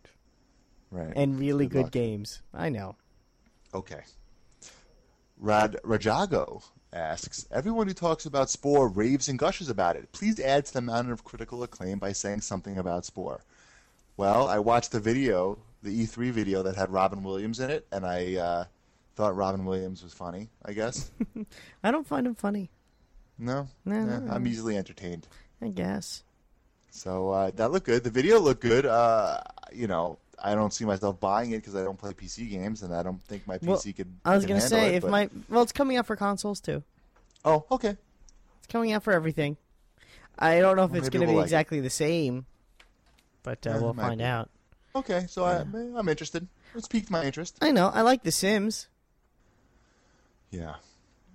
S1: right.
S2: and really good,
S1: luck.
S2: games. I know.
S1: Okay. Rad Rajago asks Everyone who talks about Spore raves and gushes about it. Please add to the mountain of critical acclaim by saying something about Spore. Well, I watched the video, the E3 video that had Robin Williams in it, and I uh, thought Robin Williams was funny, I guess.
S2: I don't find them funny.
S1: no?
S2: No,
S1: Nah,
S2: no, no.
S1: I'm easily entertained.
S2: I guess.
S1: So uh, that looked good. The video looked good. Uh, you know, I don't see myself buying it because I don't play PC games, and I don't think my PC
S2: Well,
S1: could.
S2: I was
S1: can
S2: gonna
S1: handle
S2: say
S1: it,
S2: if
S1: but-
S2: my well, it's coming out for consoles too.
S1: Oh, okay.
S2: It's coming out for everything. I don't know if
S1: Well,
S2: it's
S1: maybe
S2: gonna
S1: we'll
S2: be
S1: like it.
S2: exactly the same, but uh,
S1: Yeah,
S2: we'll
S1: it might
S2: find
S1: be.
S2: out.
S1: Okay, so I, I'm interested. It's piqued my interest.
S2: I know. I like The Sims,
S1: Yeah.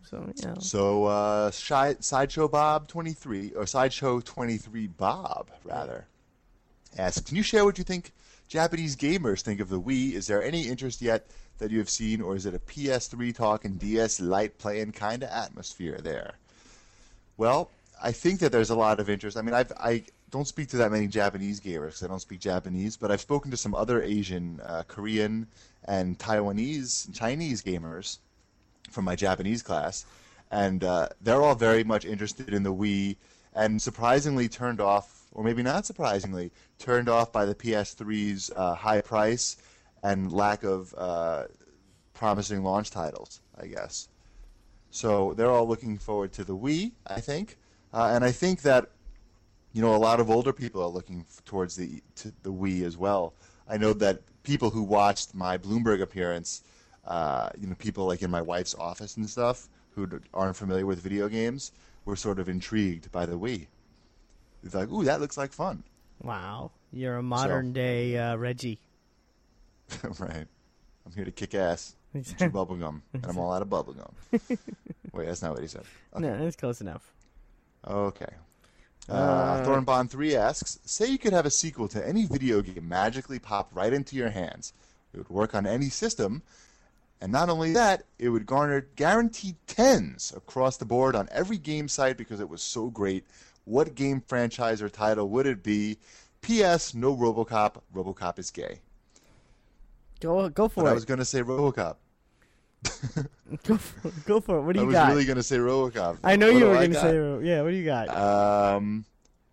S2: so you know.
S1: So uh, Shy, sideshow Bob 23 or sideshow 23 Bob rather asks, can you share what you think Japanese gamers think of the Wii? Is there any interest yet that you have seen, or is it a PS3 talk and DS light playing kind of atmosphere there? Well, I think that there's a lot of interest. I mean, I've, I don't speak to that many Japanese gamers 'cause I don't speak Japanese, but I've spoken to some other Asian, uh, Korean, and Taiwanese, Chinese gamers from my Japanese class, and uh, they're all very much interested in the Wii, and surprisingly turned off, or maybe not surprisingly, turned off by the PS3's uh, high price and lack of uh, promising launch titles, I guess. So they're all looking forward to the Wii, I think, uh, and I think that you know, a lot of older people are looking f- towards the to the Wii as well. I know that people who watched my Bloomberg appearance, uh, you know, people like in my wife's office and stuff who d- aren't familiar with video games were sort of intrigued by the Wii. It's like, ooh, that looks like fun,
S2: Wow, you're a modern day uh, Reggie.
S1: right? I'm here to kick ass, and chew bubblegum, and I'm all out of bubblegum. Wait, that's not what he said.
S2: No, that's close enough.
S1: Okay. Uh, Thornbond 3 asks Say you could have a sequel to any video game magically pop right into your hands. It would work on any system. And not only that, it would garner guaranteed tens across the board on every game site because it was so great. What game franchise or title would it be? P.S. No Robocop. Robocop is gay.
S2: Go go
S1: But
S2: for
S1: I
S2: it.
S1: was going to say Robocop.
S2: Go for, go for it. What do
S1: I
S2: you
S1: was
S2: got?
S1: really going to say Robocop.
S2: I know
S1: What
S2: you
S1: do
S2: were
S1: I
S2: going to
S1: got?
S2: say. Yeah. What do you got?
S1: Um,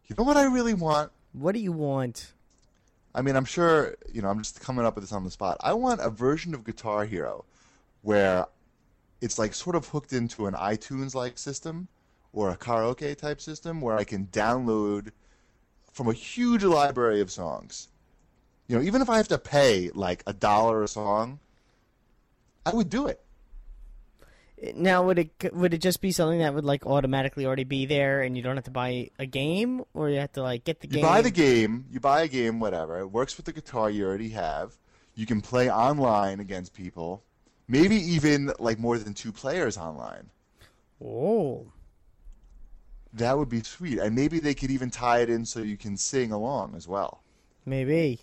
S1: you know what I really want?
S2: what do you want?
S1: I mean, I'm sure, you know, I'm just coming up with this on the spot. I want a version of Guitar Hero where it's like sort of hooked into an iTunes like system or a karaoke type system where I can download from a huge library of songs. You know, even if I have to pay like a dollar a song, I would do it.
S2: Now, would it would it just be something that would like automatically already be there, and you don't have to buy a game, or you have to like get the
S1: You
S2: game?
S1: buy the game, you buy a game, whatever. It works with the guitar you already have. You can play online against people, maybe even like more than two players online.
S2: Oh,
S1: That would be sweet. And maybe they could even tie it in so you can sing along as well.
S2: maybe.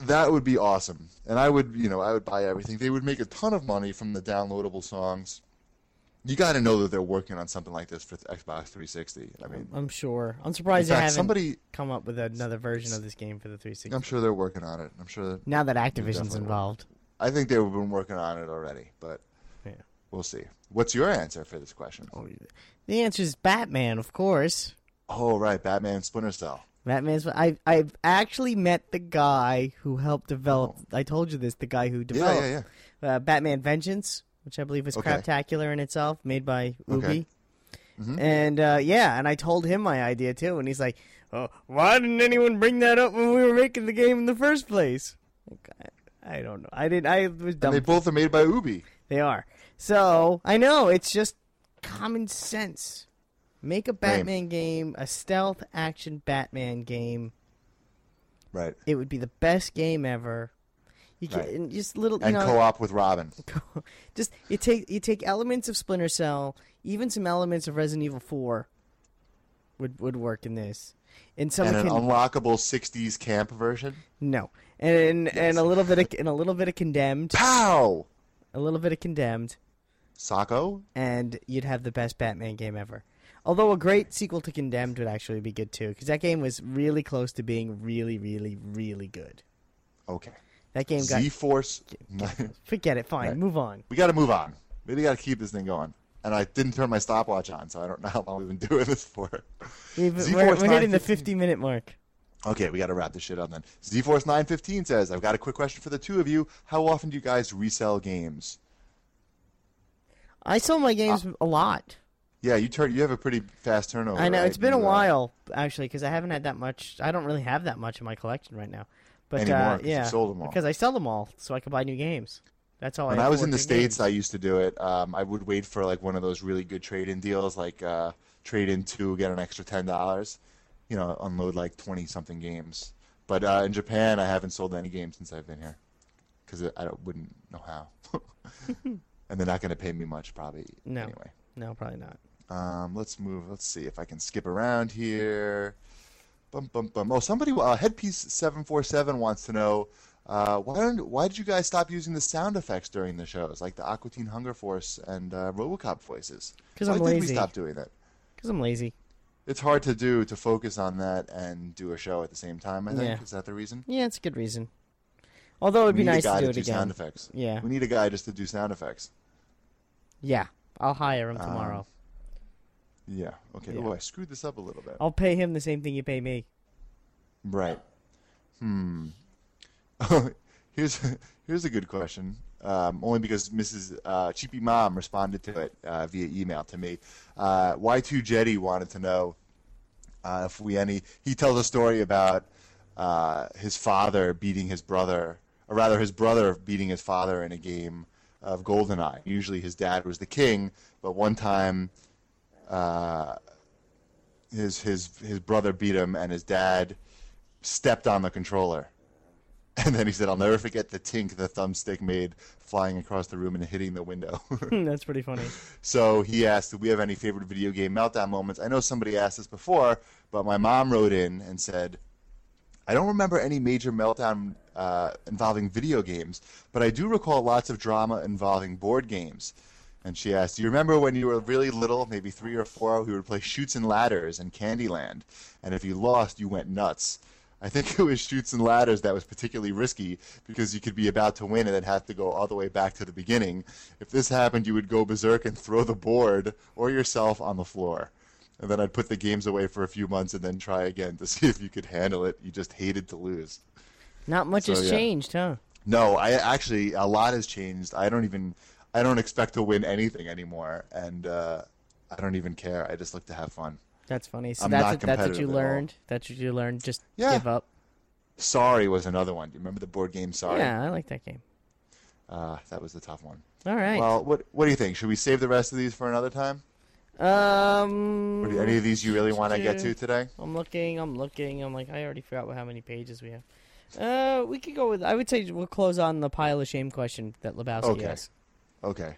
S1: That would be awesome. And I would, you know, I would buy everything. They would make a ton of money from the downloadable songs. You got to know that they're working on something like this for the Xbox 360. I mean,
S2: I'm sure. I'm surprised
S1: In
S2: they
S1: fact,
S2: haven't
S1: somebody-
S2: come up with another version of this game for the 360.
S1: I'm sure they're working on it. I'm sure.
S2: now that Activision's
S1: definitely will.
S2: involved,
S1: I think they've been working on it already, but
S2: yeah.
S1: we'll see. What's your answer for this question?
S2: the answer is Batman, of course.
S1: Oh, right, Batman Splinter Cell.
S2: Batman's. I I've actually met the guy who helped develop. I told you this. The guy who
S1: Oh. Yeah,
S2: developed
S1: yeah, yeah.
S2: uh, Batman Vengeance, which I believe is
S1: Okay.
S2: craptacular in itself, made by Ubi.
S1: Okay. Mm-hmm.
S2: And uh, yeah, and I told him my idea too, and he's like, oh, "Why didn't anyone bring that up when we were making the game in the first place?" Like, I, I don't know. I didn't. I was
S1: And
S2: dumb.
S1: they
S2: They,
S1: both are made by Ubi.
S2: are. So I know it's just common sense. Make a Batman game, a stealth action Batman game.
S1: Right.
S2: It would be the best game ever. You can
S1: Right.
S2: and just little you
S1: And
S2: know,
S1: co-op with Robin.
S2: just you take you take elements of Splinter Cell, even some elements of Resident Evil Four, would would work in this, and some
S1: And an
S2: can,
S1: unlockable '60s camp version.
S2: no, and and a little bit of and a little bit of condemned,
S1: Pow!
S2: a little bit of condemned,
S1: Socko.
S2: and you'd have the best Batman game ever. Although a great sequel to Condemned would actually be good too, because that game was really close to being really, really, really good.
S1: Okay.
S2: That game got
S1: Z Force.
S2: forget it. Fine,
S1: Right.
S2: move on.
S1: we got to move on. We got to keep this thing going. And I didn't turn my stopwatch on, so I don't know how long we've been doing this for.
S2: We've,
S1: Z
S2: we're
S1: Force
S2: we're hitting the
S1: 915.
S2: fifty minute mark.
S1: Okay, we got to wrap this shit up then. Z Force 915 says, I've got a quick question for the two of you. How often do you guys resell games?
S2: I sold my games
S1: Ah.
S2: a lot.
S1: Yeah, you turn. You have a pretty fast turnover.
S2: I know
S1: right?
S2: it's been a
S1: You, uh,
S2: while actually because I haven't had that much. I don't really have that much in my collection right now. But
S1: Anymore,
S2: uh,
S1: 'cause you
S2: yeah,
S1: sold 'em all.
S2: because I sell them all, so I can buy new games. That's all.
S1: When
S2: I
S1: I
S2: have
S1: was
S2: for
S1: in the
S2: new
S1: states,
S2: games.
S1: I used to do it. Um, I would wait for like one of those really good trade-in deals, like uh, trade in two, get an extra ten dollars. You know, unload like twenty something games. But uh, in Japan, I haven't sold any games since I've been here because I don't, wouldn't know how. and they're not going to pay me much, probably.
S2: No.
S1: Anyway,
S2: no, probably not.
S1: um, let's move. Let's see if I can skip around here. Bum bum bum. Oh, somebody. Uh, Headpiece seven four seven wants to know uh, why don't, why did you guys stop using the sound effects during the shows, like the Aqua Teen Hunger Force and uh, RoboCop voices?
S2: 'Cause
S1: why
S2: I'm
S1: did we
S2: lazy.
S1: stop doing that?
S2: Because I'm lazy.
S1: It's hard to do to focus on that and do a show at the same time. I think
S2: Yeah.
S1: is that the reason?
S2: Yeah, it's a good reason. Although it'd be
S1: we need
S2: nice
S1: a
S2: to
S1: guy
S2: do
S1: to
S2: it
S1: do
S2: again.
S1: sound effects.
S2: Yeah.
S1: we need a guy just to do sound effects.
S2: Yeah, I'll hire him
S1: Um,
S2: tomorrow.
S1: Yeah. Okay.
S2: Yeah.
S1: Oh, I screwed this up a little bit.
S2: I'll pay him the same thing you pay me.
S1: Right. Hmm. here's here's a good question. Um, only because Mrs. Uh, Cheapy Mom responded to it uh, via email to me. Uh, Y2 Jetty wanted to know uh, if we any. He tells a story about uh, his father beating his brother, or rather, his brother beating his father in a game of Goldeneye. Usually, his dad was the king, but one time uh, his his his brother beat him and his dad stepped on the controller. And then he said, "I'll never forget the tink the thumbstick made flying across the room and hitting the window."
S2: That's pretty funny.
S1: so he asked, "Do we have any favorite video game meltdown moments?" I know somebody asked this before, but my mom wrote in and said, "I don't remember any major meltdown uh, involving video games, but I do recall lots of drama involving board games." And she asked, "Do you remember when you were really little, maybe three or four? We would play Shoots and Ladders and Candyland, and if you lost, you went nuts." I think it was Shoots and Ladders that was particularly risky because you could be about to win and then have to go all the way back to the beginning. If this happened, you would go berserk and throw the board or yourself on the floor. And then I'd put the games away for a few months and then try again to see if you could handle it. You just hated to lose.
S2: Not much
S1: So,
S2: has
S1: yeah.
S2: changed, huh?
S1: No, I actually a lot has changed. I don't even I don't expect to win anything anymore, and uh, I don't even care. I just look to have fun.
S2: That's funny. So
S1: I'm
S2: that's
S1: not
S2: what, that's what you
S1: competitive at all.
S2: learned. That's what you learned. Just
S1: Yeah.
S2: give up.
S1: Sorry was another one. Do you remember the board game Sorry?
S2: Yeah, I like that game.
S1: Uh, that was the tough one.
S2: All right.
S1: Well, what what do you think? Should we save the rest of these for another time? Or
S2: um,
S1: do any of these you really want to get to today?
S2: I'm looking. I'm looking. I'm like, I already forgot what, how many pages we have. Uh, we could go with. I would say we'll close on the pile of shame question that Lebowski
S1: Okay.
S2: asked.
S1: Okay.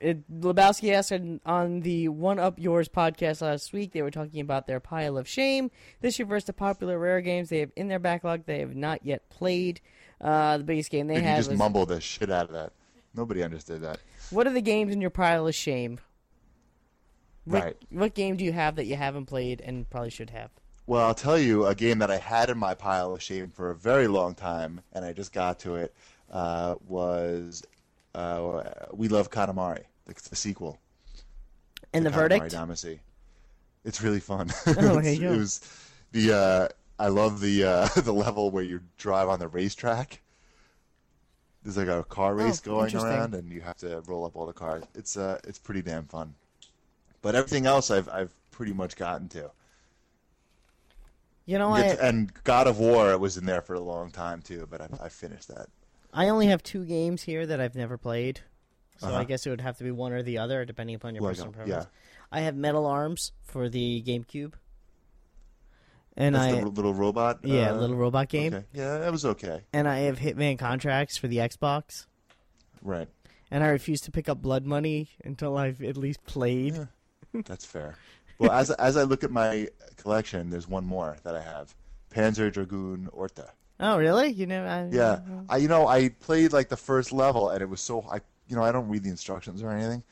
S2: It, Lebowski asked on- on the One Up Yours podcast last week. They were talking about their pile of shame. This reversed the popular rare games they have in their backlog they have not yet played. Uh, the biggest game they
S1: Dude, you
S2: had
S1: just
S2: was
S1: mumble the shit out of that. Nobody understood that.
S2: what are the games in your pile of shame? What,
S1: Right.
S2: What game do you have that you haven't played and probably should have?
S1: Well, I'll tell you a game that I had in my pile of shame for a very long time, and I just got to it. Uh, was uh, We Love Katamari, the, the sequel.
S2: And the,
S1: Katamari
S2: verdict? Oh,
S1: Damacy. It's really fun.
S2: there you
S1: It's-
S2: go.
S1: It was the uh, I love the uh, the level where you drive on the racetrack. There's like a car race going
S2: Oh, interesting.
S1: around, and you have to roll up all the cars. It's uh, it's pretty damn fun. But everything else, I've I've pretty much gotten to.
S2: You know,
S1: It's-
S2: I,
S1: and God of War was in there for a long time too, but I, I finished that.
S2: I only have two games here that I've never played. So I
S1: Uh-huh. uh,
S2: guess it would have to be one or the other, depending upon your
S1: Well, I
S2: personal
S1: don't-
S2: preference. I have Metal Arms for the GameCube. and
S1: That's
S2: I
S1: the r- little robot.
S2: yeah,
S1: uh,
S2: little robot game,
S1: Okay. Yeah, that was okay.
S2: and I have Hitman contracts for the Xbox,
S1: Right.
S2: and I refuse to pick up Blood Money until I've at least played.
S1: Yeah. That's fair. Well, as as I look at my collection, there's one more that I have: Panzer Dragoon Orta.
S2: Oh, really? You never? I,
S1: Yeah, I you know I played like the first level and it was so I you know I don't read the instructions or anything,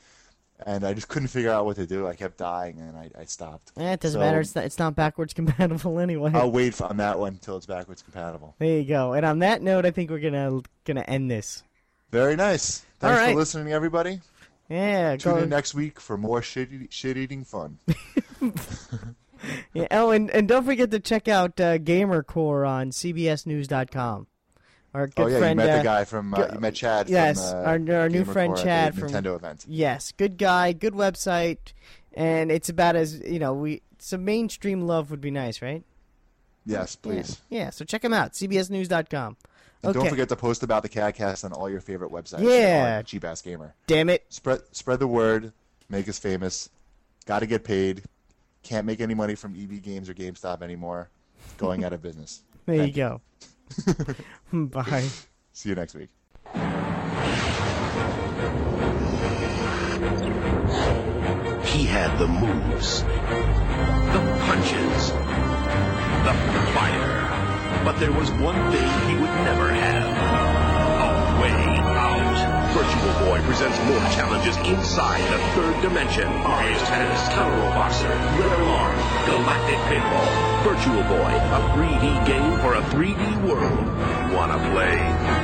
S1: and I just couldn't figure out what to do. I kept dying and I, I stopped.
S2: Eh, it doesn't
S1: So-
S2: matter. It's not, it's not backwards compatible anyway.
S1: I'll wait for, on that one until it's backwards compatible.
S2: There you go. And on that note, I think we're gonna gonna end this.
S1: Very nice. Thanks
S2: All right.
S1: for listening, everybody.
S2: Yeah.
S1: Tune in
S2: Go,
S1: next week for more shit shit eating fun.
S2: yeah. Oh, and, and don't forget to check out uh, GamerCore on CBSNews.com. Our good
S1: oh yeah,
S2: friend.
S1: you met
S2: uh,
S1: the guy from uh,
S2: go-
S1: you met Chad.
S2: yes,
S1: from, uh,
S2: our- our new
S1: Gamer
S2: friend
S1: Core at
S2: Chad
S1: the
S2: from-
S1: Nintendo event.
S2: Yes, good guy, good website, and it's about as you know. We some mainstream love would be nice, right?
S1: Yes, please.
S2: Yeah. So check him out. CBSNews.com.
S1: And
S2: Okay.
S1: don't forget to post about the CADcast on all your favorite websites.
S2: Yeah.
S1: Like G-Bass Gamer.
S2: Damn it.
S1: Spread spread the word. Make us famous. Got to get paid. Can't make any money from EB Games or GameStop anymore. Going out of business.
S2: There you go. Bye.
S1: See you next week.
S3: He had the moves, the punches, the fire. But there was one thing he would never have. A way out. Virtual Boy presents more challenges inside the third dimension. Mario's Tennis, Counter Boxer, Red Alarm, Galactic Pinball. Virtual Boy, a 3D game for a 3D world. Wanna play?